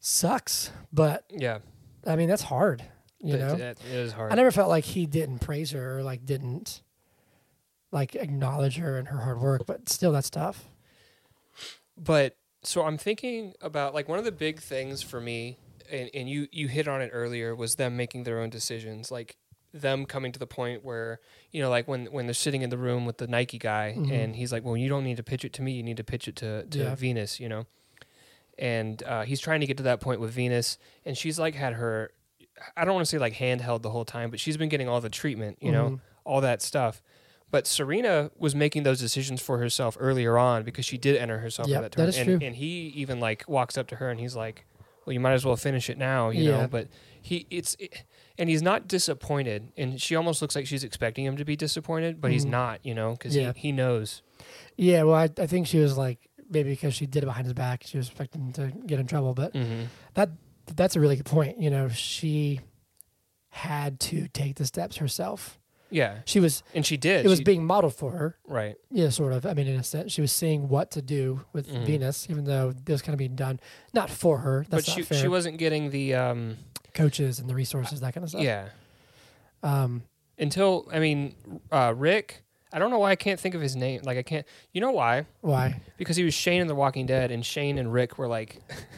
A: sucks. But
B: Yeah,
A: I mean, that's hard. You
B: That-
A: know,
B: that is hard.
A: I never felt like he didn't praise her or like didn't like acknowledge her and her hard work, but still that's tough.
B: but so I'm thinking about like one of the big things for me, and, and you you hit on it earlier was them making their own decisions, like them coming to the point where you know like when when they're sitting in the room with the Nike guy
A: Mhm.
B: and he's like, well, you don't need to pitch it to me, you need to pitch it to to
A: Yeah.
B: Venus, you know, and uh, he's trying to get to that point with Venus, and she's like had her, I don't want to say like handheld the whole time, but she's been getting all the treatment, you know,
A: Mhm.
B: all that stuff. But Serena was making those decisions for herself earlier on because she did enter herself
A: Yep,
B: in that
A: that
B: turn.
A: is
B: and,
A: true.
B: and he even like walks up to her and he's like, "Well, you might as well finish it now," you
A: Yeah.
B: know. But he it's it, and he's not disappointed, and she almost looks like she's expecting him to be disappointed, but he's
A: Mhm.
B: not, you know, because
A: Yeah.
B: he, he knows.
A: Yeah, well, I, I think she was like maybe because she did it behind his back, she was expecting to get in trouble. But
B: Mm-hmm.
A: that that's a really good point. You know, she had to take the steps herself.
B: Yeah,
A: She was
B: and she did.
A: it was
B: She-
A: being modeled for her.
B: right.
A: Yeah, sort of. I mean, in a sense, she was seeing what to do with
B: Mhm.
A: Venus, even though it was kind of being done not for her. That's
B: but
A: not
B: she
A: fair.
B: she wasn't getting the um
A: coaches and the resources, that kind of stuff.
B: yeah
A: Um,
B: until I mean uh, Rick. I don't know why I can't think of his name. Like I can't. You know why?
A: why?
B: because he was Shane in The Walking Dead, and Shane and Rick were like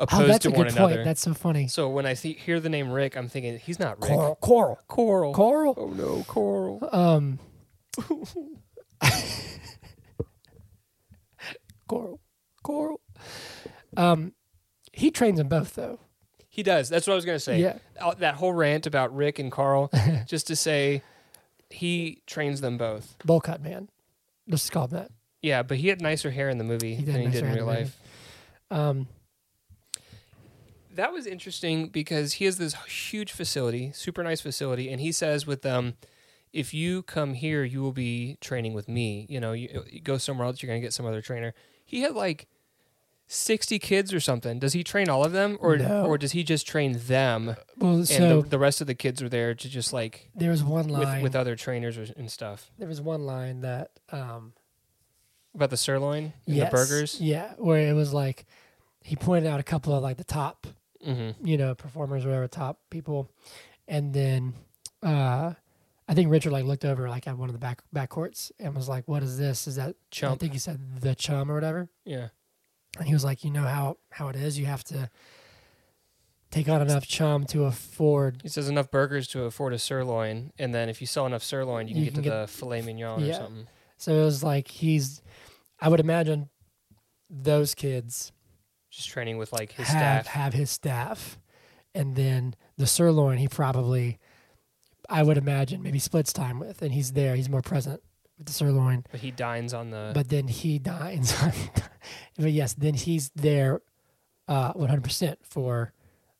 A: Oh,
B: opposed
A: that's
B: to
A: a
B: one
A: good
B: another.
A: point. That's so funny.
B: so when I see, hear the name Rick, I'm thinking he's not Rick.
A: Coral, coral,
B: Coral.
A: coral.
B: Oh no, Coral.
A: Um, coral, coral. Um, he trains them both though.
B: He does. That's what I was gonna say.
A: Yeah.
B: Uh, That whole rant about Rick and Carl, just to say, he trains them both.
A: Bowl cut man. Let's just call him that.
B: Yeah, but he had nicer hair in the movie
A: He did
B: than he
A: nicer
B: did in
A: hair in
B: real
A: the movie.
B: life.
A: Um,
B: That was interesting because he has this huge facility, super nice facility, and he says with them, if you come here, you will be training with me. You know, you, you go somewhere else, you're going to get some other trainer. He had like 60 kids or something. Does he train all of them or
A: No.
B: or does he just train them
A: well,
B: and
A: so
B: the, the rest of the kids are there to just like
A: there was one
B: with,
A: line.
B: with other trainers or, and stuff?
A: there was one line that um,
B: About the sirloin and
A: yes,
B: the burgers?
A: Yeah, where it was like he pointed out a couple of like the top
B: hmm
A: you know performers or whatever top people and then uh i think richard like looked over like at one of the back back courts and was like what is this is that i
B: Chump.
A: think he said the chum or whatever
B: Yeah.
A: and he was like you know how how it is you have to take on enough chum to afford
B: He says enough burgers to afford a sirloin. And then if you sell enough sirloin, you can
A: You
B: get
A: can
B: to
A: get-
B: the filet mignon or
A: Yeah.
B: something.
A: so it was like he's i would imagine those kids
B: just training with like his
A: have
B: staff.
A: have his staff, and then the sirloin he probably, I would imagine, maybe splits time with, and he's there. He's more present with the sirloin,
B: But he dines on the.
A: but then he dines. uh, on- but yes, then he's there, one hundred percent for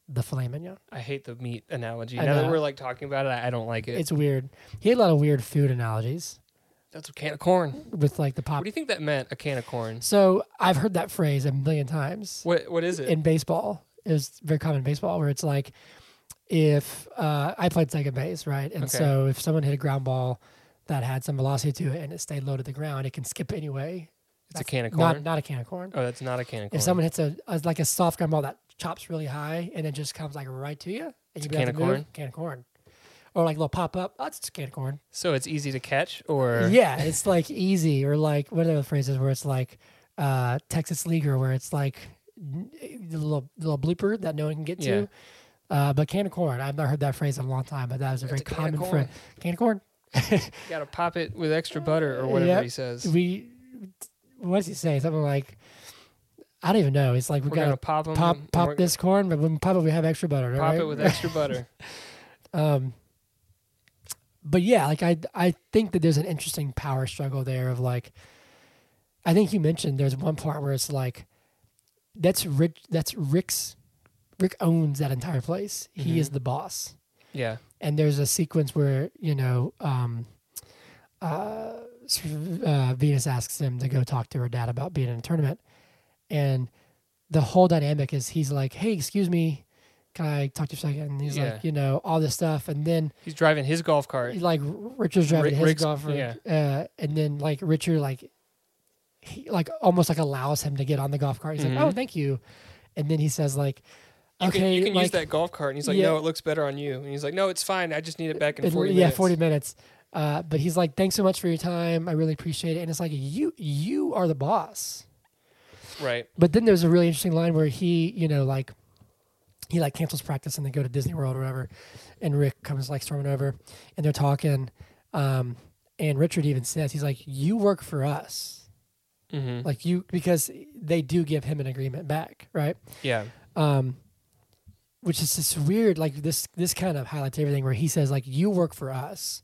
A: the filet mignon.
B: I hate the meat analogy.
A: I
B: now that
A: know.
B: we're like talking about it, I, I don't like it.
A: It's weird. He had a lot of weird food analogies
B: That's a can of corn.
A: with like the
B: What
A: pop.
B: do you think that meant? A can of corn.
A: So I've heard that phrase a million times
B: What What is it?
A: in baseball. It was very common in baseball where it's like, if uh, I played second base, right, and
B: Okay.
A: so if someone hit a ground ball that had some velocity to it and it stayed low to the ground, it can skip anyway.
B: it's a can of corn.
A: Not not a can of corn.
B: oh, that's not a can of corn.
A: If someone hits a, a like a soft ground ball that chops really high and it just comes like right to you, and you
B: a can
A: have
B: of
A: to move,
B: corn?
A: can of corn, or like a little pop up. Oh, it's just a can of corn.
B: so it's easy to catch, or
A: Yeah, it's like easy or like what are the phrases where it's like uh, Texas Leaguer, where it's like n- the little little blooper that no one can get
B: Yeah.
A: to. Uh, but can of corn, I've not heard that phrase in a long time, but that was a very
B: a can of
A: common
B: corn.
A: phrase. Can of corn.
B: you gotta pop it with extra butter or whatever
A: Yep.
B: he says.
A: We what does he say? Something like I don't even know. It's like we
B: We're
A: gotta
B: gonna pop 'em
A: pop
B: and we're
A: pop this corn, but when we pop it, we have extra butter.
B: gonna Pop
A: right?
B: it with extra butter.
A: Um, but yeah, like I I think that there's an interesting power struggle there of like, I think you mentioned there's one part where it's like, that's Rick that's Rick's, Rick owns that entire place. He is the boss,
B: Yeah.
A: and there's a sequence where you know, um, uh, s- uh, Venus asks him to go talk to her dad about being in a tournament, and the whole dynamic is he's like, hey, excuse me. Can I talk to you for a second? And he's
B: Yeah.
A: like, you know, all this stuff. And then
B: He's driving his golf cart.
A: like Richard's driving
B: Rick-
A: his
B: Rick's-
A: golf rig,
B: yeah.
A: uh, and then like Richard like he like almost like allows him to get on the golf cart. He's
B: Mhm.
A: like, "Oh, thank you," and then he says like,
B: You
A: "Okay,
B: can, you can
A: like,
B: use that golf cart. And he's like,
A: Yeah.
B: no, it looks better on you. And he's like, no, it's fine. I just need it back in
A: and-
B: 40
A: yeah,
B: minutes.
A: forty minutes." Uh, but he's like, "Thanks so much for your time. I really appreciate it." And it's like, "You you are the boss."
B: Right.
A: But then there's a really interesting line where he, you know, like he like cancels practice and they go to Disney World or whatever, and Rick comes like storming over, and they're talking, um, and Richard even says he's like, "You work for us."
B: Mm-hmm.
A: like you because they do give him an agreement back right
B: Yeah.
A: um which is just weird like this this kind of highlights everything where he says like you work for us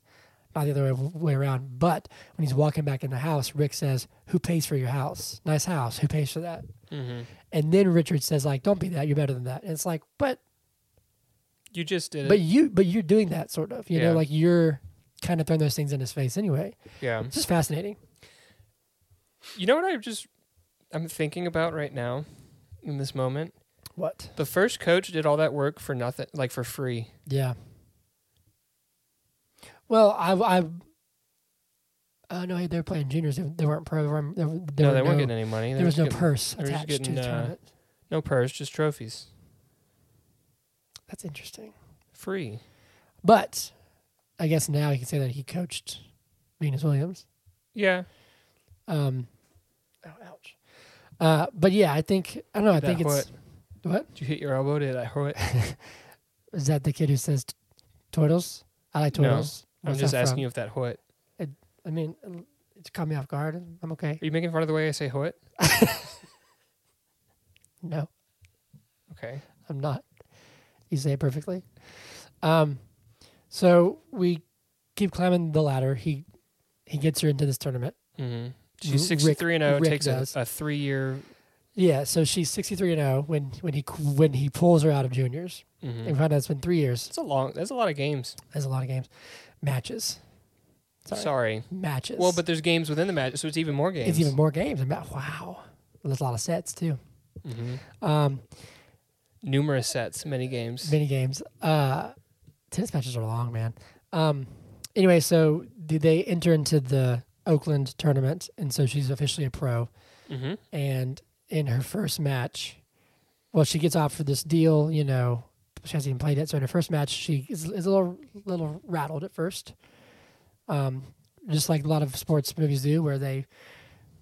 A: not the other way, way around but when he's walking back in the house rick says who pays for your house nice house who pays for that
B: Mm-hmm.
A: and then richard says like don't be that you're better than that and it's like but
B: You just did
A: but
B: it.
A: you but you're doing that sort of you
B: Yeah.
A: know like you're kind of throwing those things in his face anyway
B: Yeah.
A: it's just fascinating
B: You know what I just I'm thinking about right now in this moment?
A: what
B: The first coach did all that work for nothing, like for free.
A: Yeah. Well, I, I, uh, no, they were playing juniors. They, they weren't pro. They weren't, there, were- there
B: no,
A: were
B: they weren't getting any money. They
A: There
B: were
A: was no
B: just getting-
A: purse
B: they were just
A: attached to the
B: getting, uh,
A: tournament.
B: No purse, just trophies.
A: That's interesting.
B: Free.
A: But I guess now you can say that he coached Venus Williams.
B: Yeah.
A: Um, oh, ouch. Uh, but yeah, I think I don't know. I
B: That
A: think it's what
B: Did you hit your elbow? Did I hurt?
A: is that the kid who says t- turtles? I like turtles.
B: I'm just asking you if that hurt.
A: I mean, it caught me off guard. I'm okay.
B: Are you making fun of the way I say hurt?
A: No.
B: Okay.
A: I'm not. You say it perfectly. Um, so we keep climbing the ladder. He he gets her into this tournament.
B: Mm-hmm.
A: Rick-
B: She's 63 and 0,
A: Rick
B: takes a,
A: does.
B: a three year.
A: Yeah, so she's 63 and 0 when when he when he pulls her out of juniors. And we
B: Mm-hmm.
A: find out it's been three years.
B: That's a long, that's a lot of games.
A: There's a lot of games, matches. Sorry,
B: Sorry.
A: matches.
B: Well, but there's games within the match, so it's even more games.
A: it's even more games. And ma- wow, there's a lot of sets too.
B: Mhm.
A: Um,
B: numerous sets, many games.
A: mini games. Uh, tennis matches are long, man. Um, anyway, so did they enter into the Oakland tournament, and so she's officially a pro.
B: Mm-hmm.
A: And in her first match, well, she gets offered this deal. You know, she hasn't even played it. So in her first match, she is, is a little little rattled at first. Um, just like a lot of sports movies do, where they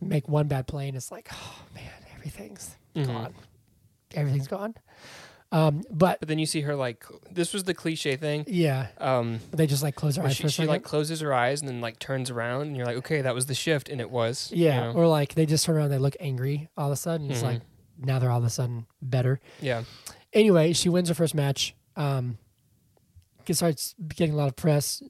A: make one bad play and it's like, oh man, everything's
B: Mhm.
A: gone. Everything's gone. Um, but
B: But then you see her like cl- this was the cliche thing.
A: yeah,
B: Um,
A: But they just like close their
B: where
A: eyes for
B: she,
A: a
B: she
A: second.
B: like closes her eyes and then like turns around, and you're like, okay, that was the shift, and it was. you
A: yeah,
B: know?
A: or like they just turn around, and they look angry all of a sudden. It's like
B: Mm-hmm.
A: now they're all of a sudden better.
B: yeah.
A: Anyway, she wins her first match. Um, gets starts getting a lot of press,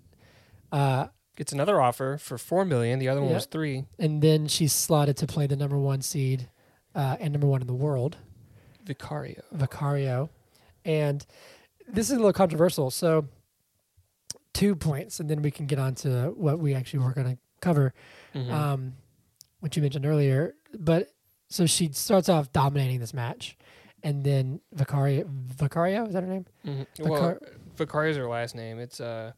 A: uh,
B: Gets another offer for four million. The other one
A: Yeah.
B: was three.
A: and then she's slotted to play the number one seed uh, and number one in the world,
B: Vicario.
A: Vicario, And this is a little controversial. So, two points, and then we can get on to what we actually were going to cover,
B: Mhm.
A: um, which you mentioned earlier. But so she starts off dominating this match, and then Vicario, Vicario is that her name?
B: Mhm.
A: the
B: Well,
A: car-
B: Vicario's her last name. It's uh,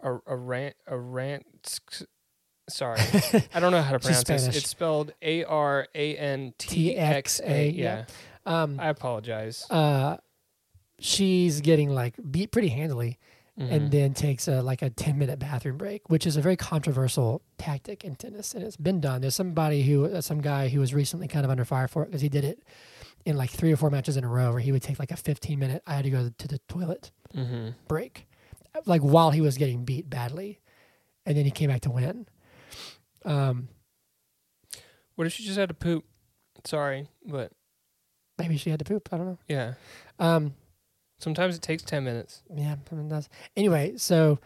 B: a a rant a rant. Sorry, I don't know how to
A: She's
B: pronounce this.
A: Spanish.
B: It's spelled A R A N T X
A: TXA,
B: A.
A: yeah.
B: Yeah,
A: Um,
B: I apologize.
A: uh, she's getting like beat pretty handily,
B: Mm-hmm. Hmm.
A: and then takes a like a 10 minute bathroom break which is a very controversial tactic in tennis and it's been done there's somebody who uh, some guy who was recently kind of under fire for it because he did it in like three or four matches in a row where he would take like a 15 minute i had to go to the toilet
B: hmm
A: break like while he was getting beat badly and then he came back to win um
B: What if she just had to poop? Sorry, but
A: maybe she had to poop i don't know
B: yeah.
A: um
B: Sometimes it takes ten minutes.
A: yeah I mean, that's, anyway so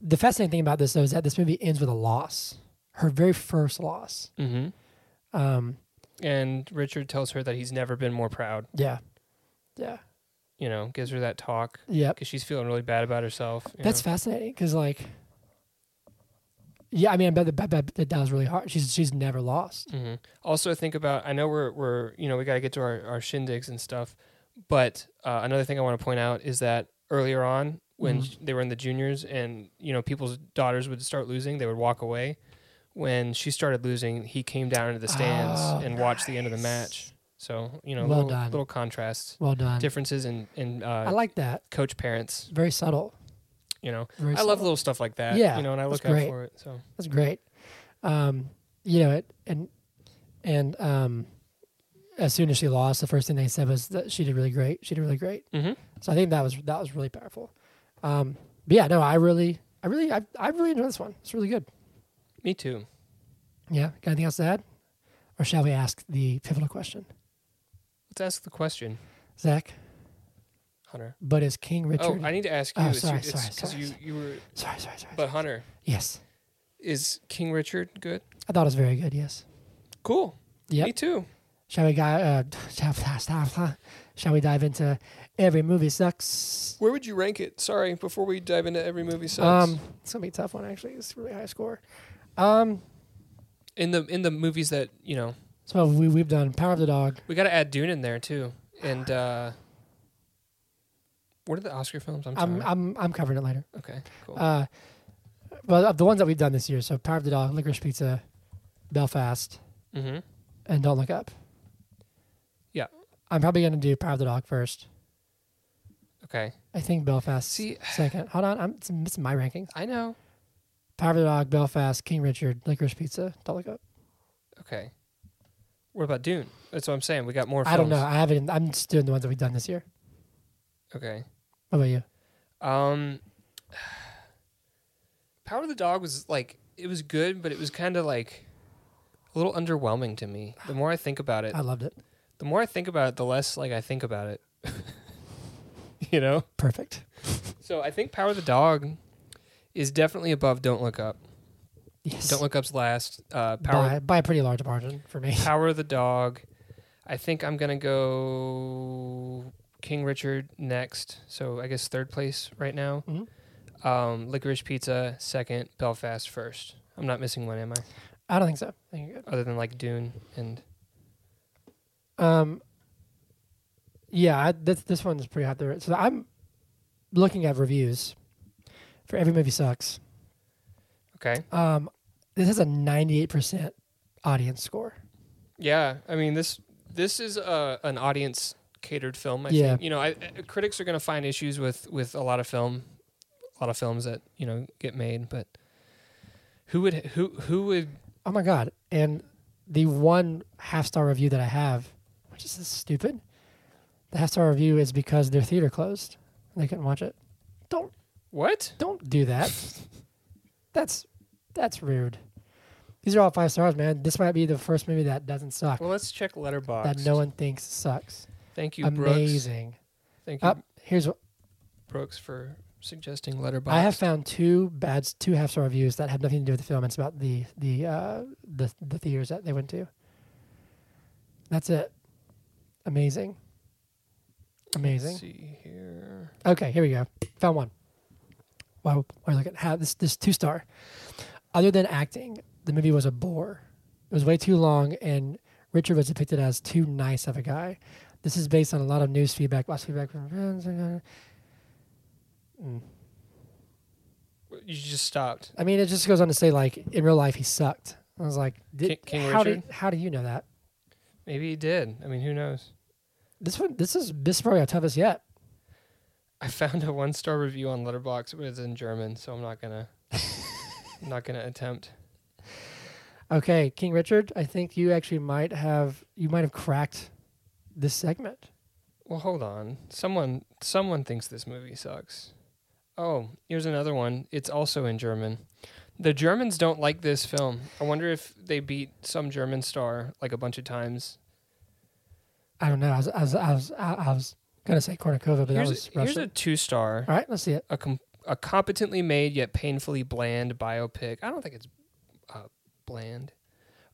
A: the fascinating thing about this though is that this movie ends with a loss her very first loss
B: Mm-hmm.
A: um
B: And Richard tells her that he's never been more proud.
A: Yeah. Yeah.
B: You know, gives her that talk
A: Yep.
B: because she's feeling really bad about herself. you
A: That's
B: know.
A: fascinating because, like, yeah, I mean, I bet, bet, bet that that was really hard. She's she's never lost.
B: hmm Also, think about. I know we're we're you know we gotta get to our our shindigs and stuff, but uh, another thing I want to point out is that earlier on when
A: Mhm.
B: they were in the juniors and you know people's daughters would start losing, they would walk away. When she started losing, he came down into the stands
A: Oh,
B: and watched the end of the match. So you know,
A: Well
B: little,
A: done.
B: little contrasts,
A: Well done.
B: differences in in
A: I
B: uh,
A: like that.
B: coach parents.
A: Very subtle.
B: You know,
A: Very
B: I love
A: subtle.
B: little stuff like that.
A: Yeah,
B: you know, and I
A: that's
B: look out
A: great.
B: for it. So
A: That's great. Um, you know, it, and and um, as soon as she lost, the first thing they said was that she did really great. She did really great.
B: mm-hmm.
A: So I think that was that was really powerful. Um, but yeah, no, I really, I really, I, I really enjoyed this one. It's really good.
B: me too.
A: Yeah. Got anything else to add, or shall we ask the pivotal question,
B: Let's ask the question,
A: Zach?
B: Hunter.
A: But is King Richard?
B: Oh, I need to ask you.
A: Oh,
B: it's
A: sorry,
B: because
A: sorry, sorry.
B: you you were.
A: sorry, sorry, sorry.
B: But Hunter,
A: yes,
B: is King Richard good?
A: I thought it was very good. Yes.
B: Cool. Me
A: Yep.
B: too.
A: Shall we go? Uh, shall, shall we dive into every movie sucks?
B: Where would you rank it? Sorry, before we dive into every movie, sucks.
A: Um, it's gonna be a tough one actually. It's a really high score. Um,
B: in the in the movies that you know,
A: so we we've done Power of the Dog.
B: we got to add Dune in there too. And uh what are the Oscar films? I'm sorry. Oh.
A: I'm I'm I'm covering it later.
B: okay, cool.
A: Um, Uh, well, of the ones that we've done this year, so Power of the Dog, Licorice Pizza, Belfast,
B: mm-hmm.
A: and Don't Look Up.
B: Yeah.
A: I'm probably gonna do Power of the Dog first.
B: Okay.
A: I think Belfast
B: See-
A: second. Hold on, I'm it's, it's my ranking.
B: I know.
A: Power of the Dog, Belfast, King Richard, Licorice Pizza, Don't Look Up.
B: Okay. What about Dune? That's what I'm saying. We got more. Films.
A: I don't know. I haven't. I'm just doing the ones that we've done this year.
B: Okay.
A: What about you?
B: Um, Power of the Dog was like it was good, but it was kind of like a little underwhelming to me. The more I think about it,
A: I loved it.
B: the more I think about it, the less like I think about it. you know.
A: Perfect.
B: So I think Power of the Dog is definitely above Don't Look Up.
A: Yes.
B: Don't Look Up's last. Uh, Power
A: by, by a pretty large margin for me.
B: Power of the Dog. I think I'm gonna go King Richard next. So I guess third place right now.
A: Mhm.
B: Um, Licorice Pizza second. Belfast first. I'm not missing one, am I?
A: I don't think so. I think you're
B: Other than like Dune and
A: good. Um. Yeah, I, this this one is pretty hot there. So I'm looking at reviews for every movie sucks.
B: okay.
A: Um, this has a 98% audience score.
B: Yeah, I mean this this is a, an audience catered film. I
A: Yeah.
B: think you know I, I- critics are gonna find issues with with a lot of film, a lot of films that you know get made, but. Who would who who would
A: Oh my god! And the one half star review that I have, which is this stupid, the half star review is because their theater closed and they couldn't watch it. Don't
B: what?
A: don't do that. that's that's rude. These are all five stars, man. This might be the first movie that doesn't suck
B: Well, let's check Letterbox.
A: that no one thinks sucks.
B: Thank you, Brooks.
A: Amazing. Uh,
B: Thank you,
A: Up here's what
B: Brooks, for suggesting Letterbox.
A: I have found two bad two half star reviews that have nothing to do with the film. It's about the the uh, the the theaters that they went to. That's it. Amazing. Amazing.
B: Let's see here.
A: Okay, here we go. Found one. Wow, we're looking at how this this two star. Other than acting, the movie was a bore. It was way too long, and Richard was depicted as too nice of a guy. This is based on a lot of news feedback, lots of feedback from friends. and, uh, mm.
B: You just stopped.
A: I mean, it just goes on to say like in real life he sucked. I was like, did,
B: King- King
A: how
B: Richard?
A: do how do you know that?
B: Maybe he did. I mean, who knows?
A: This one, this is this is probably our toughest yet.
B: I found a one star review on Letterboxd, but it's in German, so I'm not gonna. I'm not gonna attempt.
A: Okay, King Richard, I think you actually might have you might have cracked this segment.
B: Well, hold on. Someone, someone thinks this movie sucks. Oh, here's another one. It's also in German. The Germans don't like this film. I wonder if they beat some German star like a bunch of times.
A: I don't know. I was, I was, I was, I I was gonna say Kornikova, but that
B: Here's
A: was
B: a, here's a
A: Russian.
B: two star,
A: All right, let's see it.
B: a com- a competently made yet painfully bland biopic. I don't think it's uh, bland.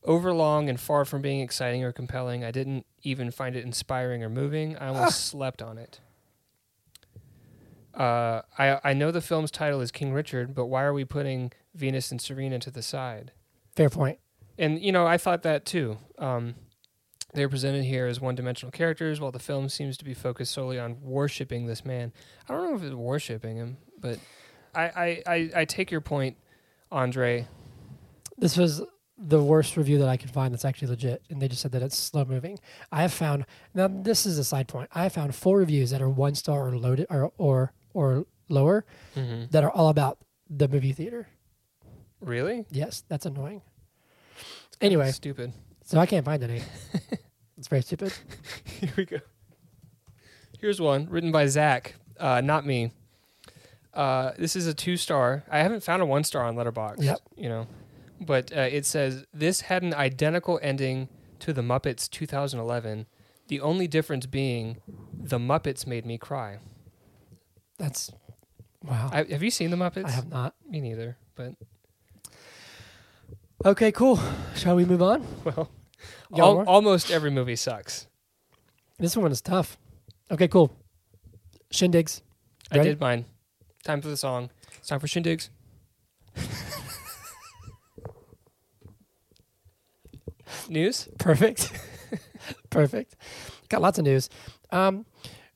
B: Overlong and far from being exciting or compelling, I didn't even find it inspiring or moving. I almost slept on it. Uh, I I know the film's title is King Richard, but why are we putting Venus and Serena to the side?
A: Fair point.
B: and you know i thought that too um, they're presented here as one-dimensional characters while the film seems to be focused solely on worshiping this man i don't know if it's worshiping him but i i i, I take your point andre
A: This was the worst review that I could find that's actually legit, and they just said that it's slow moving. I have found now this is a side point. I have found four reviews that are one star or loaded or or or lower
B: mm-hmm.
A: that are all about the movie theater.
B: really
A: Yes, that's annoying. Anyway,
B: stupid
A: so I can't find any. it's very stupid.
B: here we go here's one written by zach uh, not me uh, this is a two star i haven't found a one star on letterbox
A: Yep.
B: you know but uh, it says this had an identical ending to the muppets 2011 the only difference being the muppets made me cry
A: That's wow. Oh. I,
B: I, have you seen the muppets
A: have not.
B: me neither but
A: Okay, cool. Shall we move on?
B: well
A: You got
B: al-
A: more?
B: almost every movie sucks
A: This one is tough. Okay, cool. Shindigs.
B: i
A: Ready?
B: did mine time for the song it's time for shindigs news
A: Perfect. Perfect. Got lots of news. Um,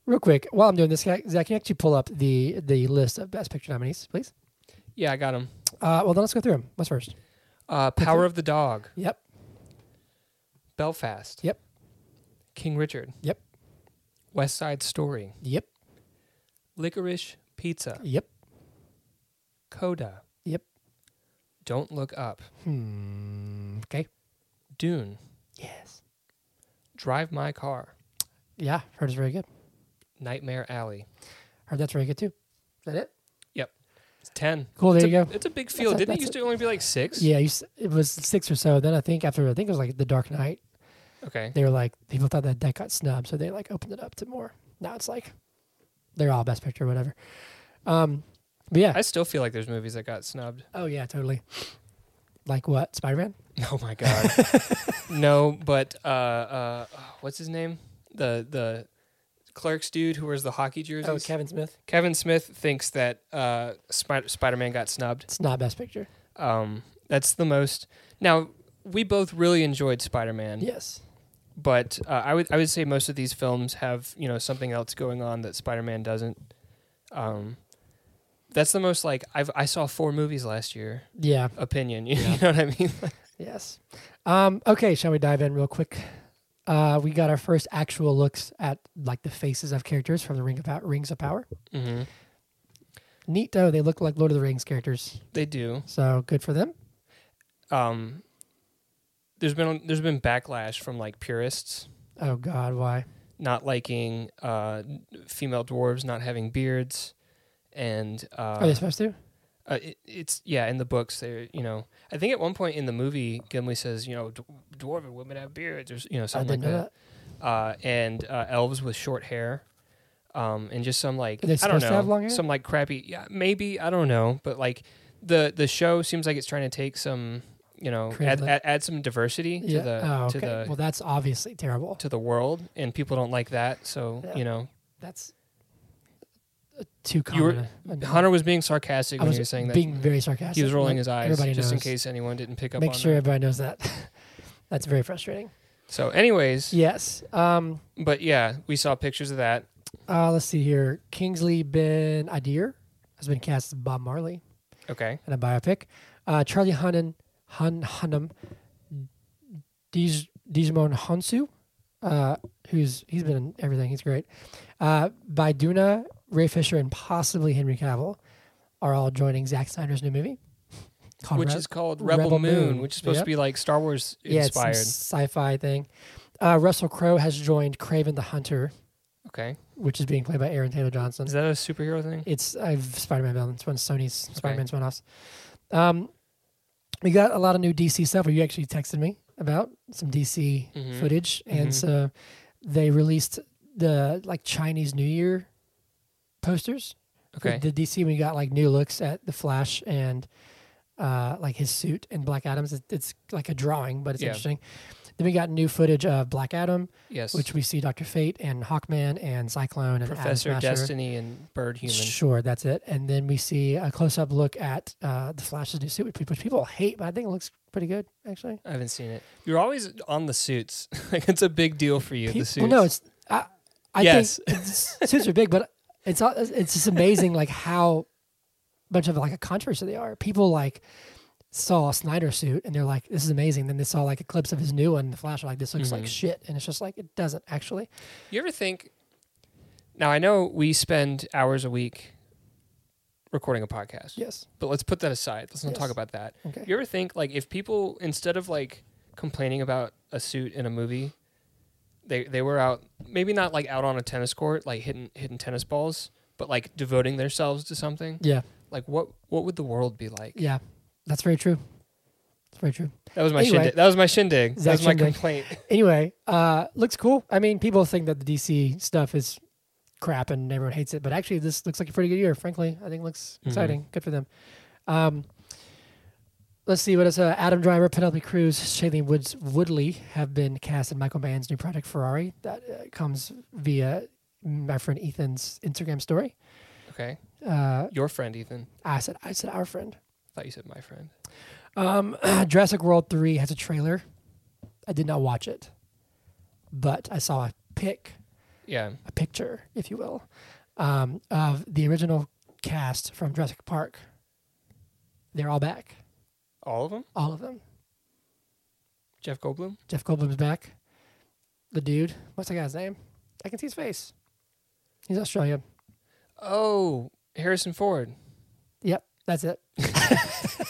A: real quick, while I'm doing this, can I, Zach, can you actually pull up the the list of Best Picture nominees, please?
B: yeah i got him
A: Uh, well, then let's go through them. What's first?
B: Uh, Power of the Dog,
A: Yep.
B: Belfast.
A: Yep.
B: King Richard.
A: Yep.
B: West Side Story,
A: Yep.
B: Licorice Pizza,
A: Yep.
B: Coda.
A: Yep.
B: Don't Look Up,
A: Hmm. Okay.
B: Dune,
A: Yes.
B: Drive My Car,
A: Yeah. Heard it's very good.
B: Nightmare Alley.
A: Heard that's very good too. Is that it?
B: It's ten.
A: Cool. There
B: it's
A: you
B: a,
A: go.
B: It's a big field.
A: That's it,
B: Didn't it
A: that's
B: used to only be like six?
A: Yeah. You, s- it was six or so. Then I think after I think it was like The Dark Knight,
B: Okay.
A: they were like people thought that that got snubbed, so they like opened it up to more. Now it's like they're all Best Picture, whatever. Um, but yeah.
B: I still feel like there's movies that got snubbed.
A: Oh yeah, totally. Like what? Spider Man?
B: Oh my god. no, but uh, uh, what's his name? The the clerks dude who wears the hockey jerseys.
A: Oh, Kevin Smith.
B: Kevin Smith thinks that uh, Spider Spider Man got snubbed.
A: It's not Best Picture.
B: Um, that's the most. Now we both really enjoyed Spider Man,
A: Yes.
B: but uh, I would I would say most of these films have you know something else going on that Spider Man doesn't. Um, that's the most like I've I saw four movies last year.
A: Yeah.
B: Opinion, you know what I mean?
A: Yes. Um, okay, shall we dive in real quick? Uh, we got our first actual looks at like the faces of characters from the Ring of Pow- Rings of Power.
B: mm-hmm.
A: Neat though, they look like Lord of the Rings characters,
B: They do.
A: so good for them.
B: Um, there's been there's been backlash from like purists
A: Oh God, why?
B: not liking uh, female dwarves not having beards, and uh,
A: Are they supposed to?
B: Uh, it, it's yeah, in the books there, you know. I think at one point in the movie, Gimli says, you know, d- dwarven women have beards, or s- you know,
A: I
B: something
A: didn't
B: like
A: know
B: that. Uh, and uh, elves with short hair, um, and just some like
A: Are they
B: I don't
A: supposed
B: know,
A: to have long hair?
B: some like crappy, yeah, maybe I don't know, but like the the show seems like it's trying to take some, you know, add,
A: Creative li-
B: add, add some diversity
A: Yeah.
B: to the
A: oh,
B: to
A: okay.
B: the
A: well, that's obviously terrible.
B: to the world, and people don't like that, so
A: Yeah.
B: you know,
A: That's uh, too
B: You were-
A: common. a- a-
B: Hunter was being sarcastic
A: I
B: when
A: was
B: he was saying that.
A: being very sarcastic.
B: he was rolling
A: Like,
B: his eyes
A: Everybody
B: just in
A: knows.
B: case anyone didn't pick up
A: Make
B: on
A: sure
B: that.
A: everybody knows that. That's very frustrating.
B: So, anyways,
A: Yes. Um.
B: but yeah, we saw pictures of that.
A: Uh, let's see here. Kingsley Ben Adir has been cast as Bob Marley
B: Okay.
A: in a biopic. Uh, Charlie Hunnam, Hun, Hunnam, Diz, Digimon Honsu, uh, who's he's been in everything. He's great. Uh, by Duna, Ray Fisher, and possibly Henry Cavill are all joining Zack Snyder's new movie, called
B: Which
A: Re-
B: is called Rebel,
A: Rebel
B: Moon,
A: Moon.
B: which is supposed
A: Yep.
B: to be like Star Wars
A: yeah, it's some
B: inspired.
A: sci-fi thing. Uh, Russell Crowe has joined Craven the Hunter,
B: okay.
A: which is being played by Aaron Taylor Johnson.
B: Is that a superhero thing?
A: It's I've Spider-Man villain. It's one of Sony's Spider-Man spinoffs. Um, we got a lot of new DC stuff. Where you actually texted me about some DC
B: Mhm.
A: footage, and
B: Mhm.
A: so they released the like Chinese New Year posters. for
B: Okay.
A: The DC we got like new looks at the Flash and uh, like his suit and Black Adam's. It, it's like a drawing, but it's
B: Yeah.
A: interesting. Then we got new footage of Black Adam,
B: Yes.
A: which we see Doctor Fate and Hawkman and Cyclone and
B: Professor
A: Adam Smasher.
B: Destiny and Bird Human.
A: Sure, that's it. And then we see a close up look at uh, the Flash's new suit, which people- which people hate, but I think it looks pretty good, actually.
B: I haven't seen it. You're always on the suits. like it's a big deal for you.
A: Pe-
B: the
A: well,
B: suits.
A: no, it's. I, I
B: Yes.
A: think it's- suits are big, but it's all- it's just amazing like how bunch of like a controversy they are. People like saw a Snyder suit and they're like, "This is amazing." Then they saw like a clips of his new one. And the Flash are like, "This looks like
B: Mhm.
A: shit," and it's just like it doesn't actually.
B: You ever think? Now I know we spend hours a week recording a podcast,
A: Yes.
B: but let's put that aside. Let's not
A: Yes.
B: talk about that.
A: Okay.
B: You ever think like if people instead of like complaining about a suit in a movie, they they were out maybe not like out on a tennis court like hitting hitting tennis balls, but like devoting themselves to something.
A: yeah.
B: Like what what would the world be like?
A: Yeah. That's very true. That's very true.
B: That was my
A: Anyway.
B: shindig. That was my shindig.
A: Zach
B: That was my
A: shindig.
B: complaint.
A: anyway, uh, looks cool. I mean, people think that the DC stuff is crap and everyone hates it, but actually, this looks like a pretty good year. Frankly, I think it looks
B: Mhm.
A: exciting. Good for them. Um, let's see what is uh, Adam Driver, Penelope Cruz, Shailene Woods Woodley have been cast in Michael Mann's new project Ferrari. That uh, comes via my friend Ethan's Instagram story.
B: Okay,
A: Uh,
B: your friend Ethan.
A: I said, I said, our friend.
B: thought you said my friend.
A: Um, Jurassic World Three has a trailer. I did not watch it, but I saw a pic
B: Yeah.
A: a picture, if you will, um, of the original cast from Jurassic Park. They're all back,
B: All of them?
A: all of them.
B: Jeff Goldblum?
A: Jeff Goldblum's back. The dude, what's that guy's name? I can see his face. He's Australian.
B: Oh, Harrison Ford.
A: Yep, that's it.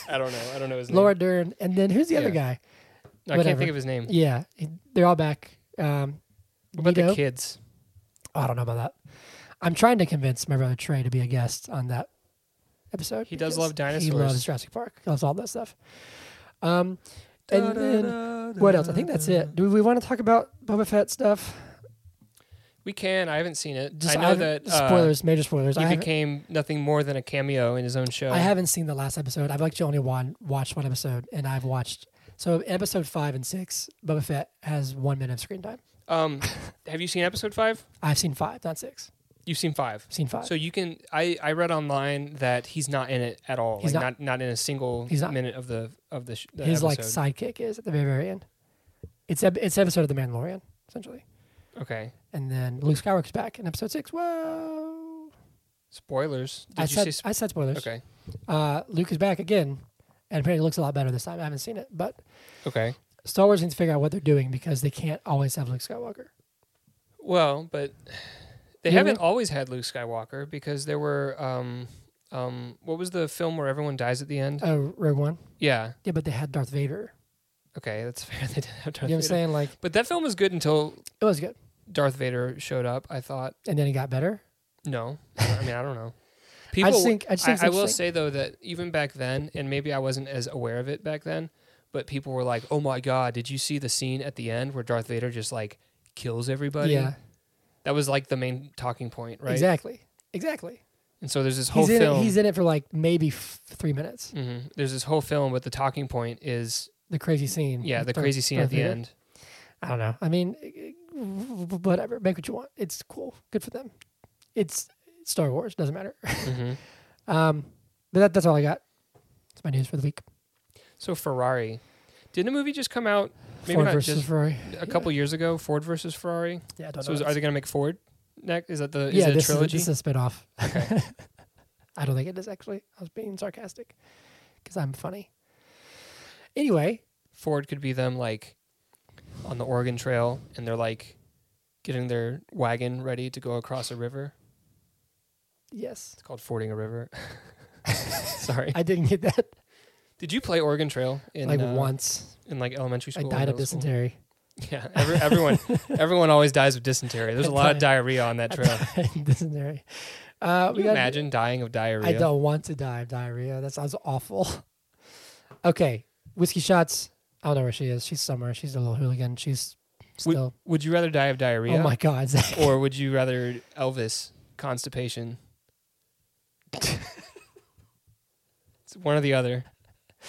B: I don't know. I don't know his
A: Laura Dern, and then who's the other guy?
B: name. I can't
A: whatever.
B: think of his name.
A: Yeah, he- they're all back. Um,
B: Mm-hmm. What about
A: Neo?
B: the kids?
A: Oh, I don't know about that. I'm trying to convince my brother Trey to be a guest on that episode.
B: He does
A: because
B: love dinosaurs.
A: He loves Jurassic Park. He loves all that stuff. Um, and then what else? I think that's it. Do we want to talk about Boba Fett stuff?
B: We can. I haven't seen it.
A: Just
B: I know
A: haven't-
B: that uh,
A: spoilers, major spoilers.
B: He
A: I haven't,
B: became nothing more than a cameo in his own show.
A: I haven't seen the last episode. I've actually only one, watched one episode, and I've watched so episode five and six. Boba Fett has one minute of screen time.
B: Um, have you seen episode five?
A: I've seen five, not six.
B: You've seen five.
A: I've seen five.
B: So you can. I, I read online that he's not in it at all.
A: He's
B: like
A: not-
B: not, in a single
A: He's not.
B: minute of the of the, sh- the
A: His like
B: episode.
A: sidekick is at the very, very end. It's ep- it's episode of the Mandalorian essentially,
B: okay.
A: and then Luke Skywalker's back in episode six. Whoa!
B: Spoilers. Did
A: I
B: you
A: said
B: say? Sp-
A: I said spoilers.
B: okay.
A: Uh, Luke is back again, and apparently looks a lot better this time. I haven't seen it, but
B: Okay.
A: Star Wars needs to figure out what they're doing because they can't always have Luke Skywalker.
B: Well, but
A: You know what I
B: they haven't always had Luke Skywalker because there were um um what was the film where everyone dies at the end?
A: Oh, Rogue One.
B: yeah.
A: Yeah, but they had Darth Vader.
B: Okay, that's fair. They didn't have Darth
A: you know what I'm
B: Vader.
A: saying? Like
B: But that film was good until
A: it was good,
B: Darth Vader showed up. I thought
A: and then it got better.
B: no. I mean, I don't know. People,
A: think- I just think it's
B: I, will
A: interesting.
B: say though that even back then, and maybe I wasn't as aware of it back then, but people were like, "Oh my god, did you see the scene at the end where Darth Vader just like kills everybody?"
A: yeah,
B: that was like the main talking point, right?
A: exactly, exactly.
B: And so there's this whole
A: He's in,
B: film.
A: it, he's in it for like maybe f- three minutes.
B: hmm There's this whole film, but the talking point is
A: The crazy scene.
B: yeah,
A: with
B: the
A: Mm-hmm. Darth-
B: crazy scene
A: Darth
B: at the
A: Vader.
B: end.
A: I don't know. I mean, whatever. Make what you want. It's cool. Good for them. it's Star Wars. Doesn't matter.
B: hmm
A: Um, but that, that's all I got. That's my news for the week.
B: So Ferrari, didn't a movie just come out? Maybe
A: Ford
B: not
A: versus
B: just
A: Ferrari.
B: a couple years ago. Ford versus Ferrari.
A: Yeah, I don't
B: So
A: know.
B: is, are they going to make Ford next? Is that the Uh, is
A: yeah,
B: it a
A: this
B: trilogy?
A: is a, this is a spinoff. I don't think it is actually. I was being sarcastic because I'm funny. Anyway,
B: Ford could be them like on the Oregon Trail, and they're like getting their wagon ready to go across a river.
A: yes,
B: It's called fording a river. Sorry.
A: I didn't get that
B: Did you play Oregon Trail in
A: like
B: uh,
A: once.
B: in like elementary
A: I
B: school? or
A: died of
B: middle school?
A: dysentery.
B: Yeah, every, everyone everyone always dies of dysentery. There's a lot of diarrhea on that trail.
A: I died of dysentery. Uh,
B: Can
A: we
B: you
A: got.
B: imagine dying of diarrhea?
A: I don't want to die of diarrhea. That sounds awful. okay, whiskey shots. I don't know where she is. She's somewhere. She's a little hooligan. She's still.
B: Would you rather die of diarrhea
A: oh my god, Zach.
B: or would you rather Elvis constipation? it's one or the other.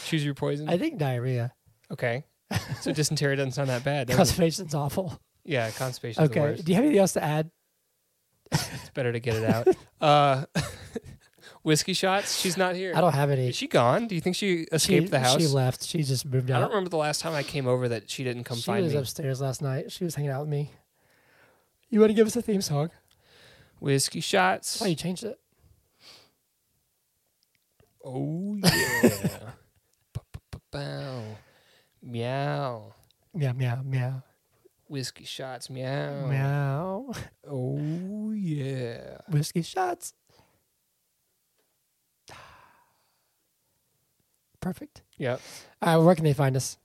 B: Choose your poison.
A: I think diarrhea.
B: okay. So dysentery doesn't sound that bad. does it?
A: Constipation's awful.
B: yeah, constipation the
A: Okay.
B: worst.
A: Do you have anything else to add?
B: It's better to get it out. Uh, whiskey shots. She's not here.
A: I don't have any.
B: Is she gone? Do you think she escaped
A: she,
B: the house?
A: She left. She just moved
B: I
A: out.
B: don't remember the last time I came over that she didn't come
A: she
B: find
A: was
B: me.
A: upstairs last night. She was hanging out with me. You want to give us a theme song?
B: Whiskey
A: That's
B: shots.
A: why you changed it.
B: Oh yeah. Ba-ba-ba-bow. Meow.
A: Meow, meow, meow,
B: Whiskey shots. Meow.
A: meow.
B: Oh yeah.
A: Whiskey shots. Perfect.
B: Yep.
A: All right, where can they find us?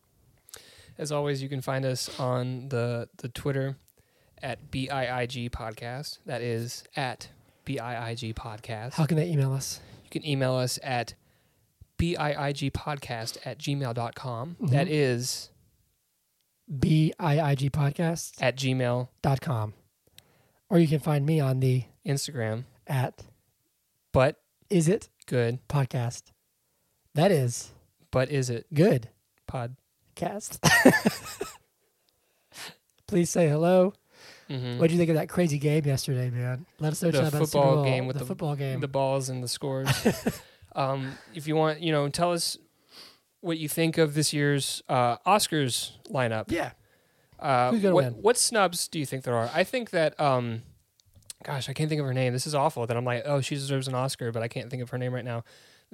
B: As always, you can find us on the the Twitter at BIIG podcast. That is at BIIG podcast.
A: How can they email us?
B: You can email us at biigpodcast at gmail.com.
A: Mhm.
B: That is
A: biigpodcast.com.
B: at Gmail,
A: Or you can find me on the
B: Instagram.
A: at
B: But
A: is it
B: good.
A: podcast. That is
B: But is it
A: good.
B: pod?
A: cast. Please say hello.
B: Mm-hmm.
A: What did you think of that crazy game yesterday, man? Let us know what you
B: The
A: thought about the Super
B: football
A: Bowl,
B: game with
A: the,
B: the-
A: football game.
B: The balls and the scores. um, if you want, you know, tell us what you think of this year's uh, Oscars lineup.
A: yeah,
B: Uh,
A: Who's gonna
B: what,
A: win?
B: what snubs do you think there are? I think that, um, gosh, I can't think of her name. This is awful. That I'm like, oh, she deserves an Oscar, but I can't think of her name right now.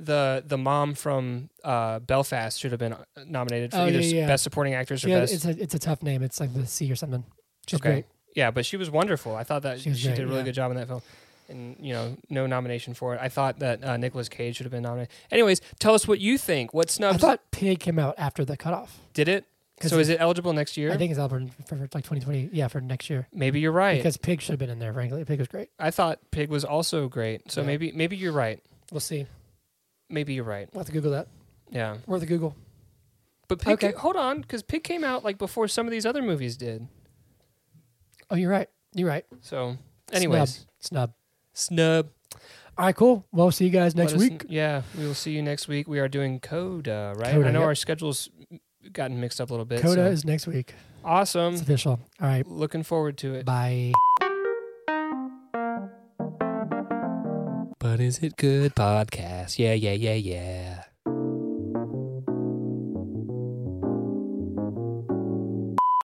B: The the mom from uh, Belfast should have been nominated for
A: Oh,
B: either
A: yeah,
B: s-
A: yeah.
B: best supporting actress or
A: yeah.
B: best.
A: It's a it's a tough name. It's like the C or something. She's
B: Okay.
A: great.
B: yeah, but she was wonderful. I thought that
A: She
B: she,
A: was great,
B: did a really
A: yeah.
B: good job in that film. And you know, no nomination for it. I thought that uh, Nicolas Cage should have been nominated. Anyways, tell us what you think. What
A: I
B: snubs
A: thought Pig came out after the cutoff.
B: did it?
A: 'Cause
B: So is it eligible next year?
A: I think it's out for, for like 2020. Yeah, for next year.
B: Maybe you're right.
A: Because Pig should have been in there. Frankly, Pig was great.
B: I thought Pig was also great. So
A: Yeah.
B: maybe maybe you're right.
A: We'll see.
B: Maybe you're right.
A: We'll have to Google that.
B: Yeah.
A: Worth a Google.
B: But Pig,
A: Okay.
B: ca- hold on, because Pig came out like before some of these other movies did.
A: Oh, you're right. You're right.
B: So, anyways, snub.
A: snub. All right, cool. Well, we'll see you guys next
B: Let us
A: week.
B: kn- yeah, we will see you next week. We are doing Coda, right? I
A: Coda,
B: know
A: yep.
B: our schedules gotten mixed up a little bit.
A: Coda
B: so-
A: is next week.
B: awesome.
A: It's official. All right.
B: Looking forward to it.
A: Bye.
B: But is it good podcast? Yeah, yeah, yeah, yeah.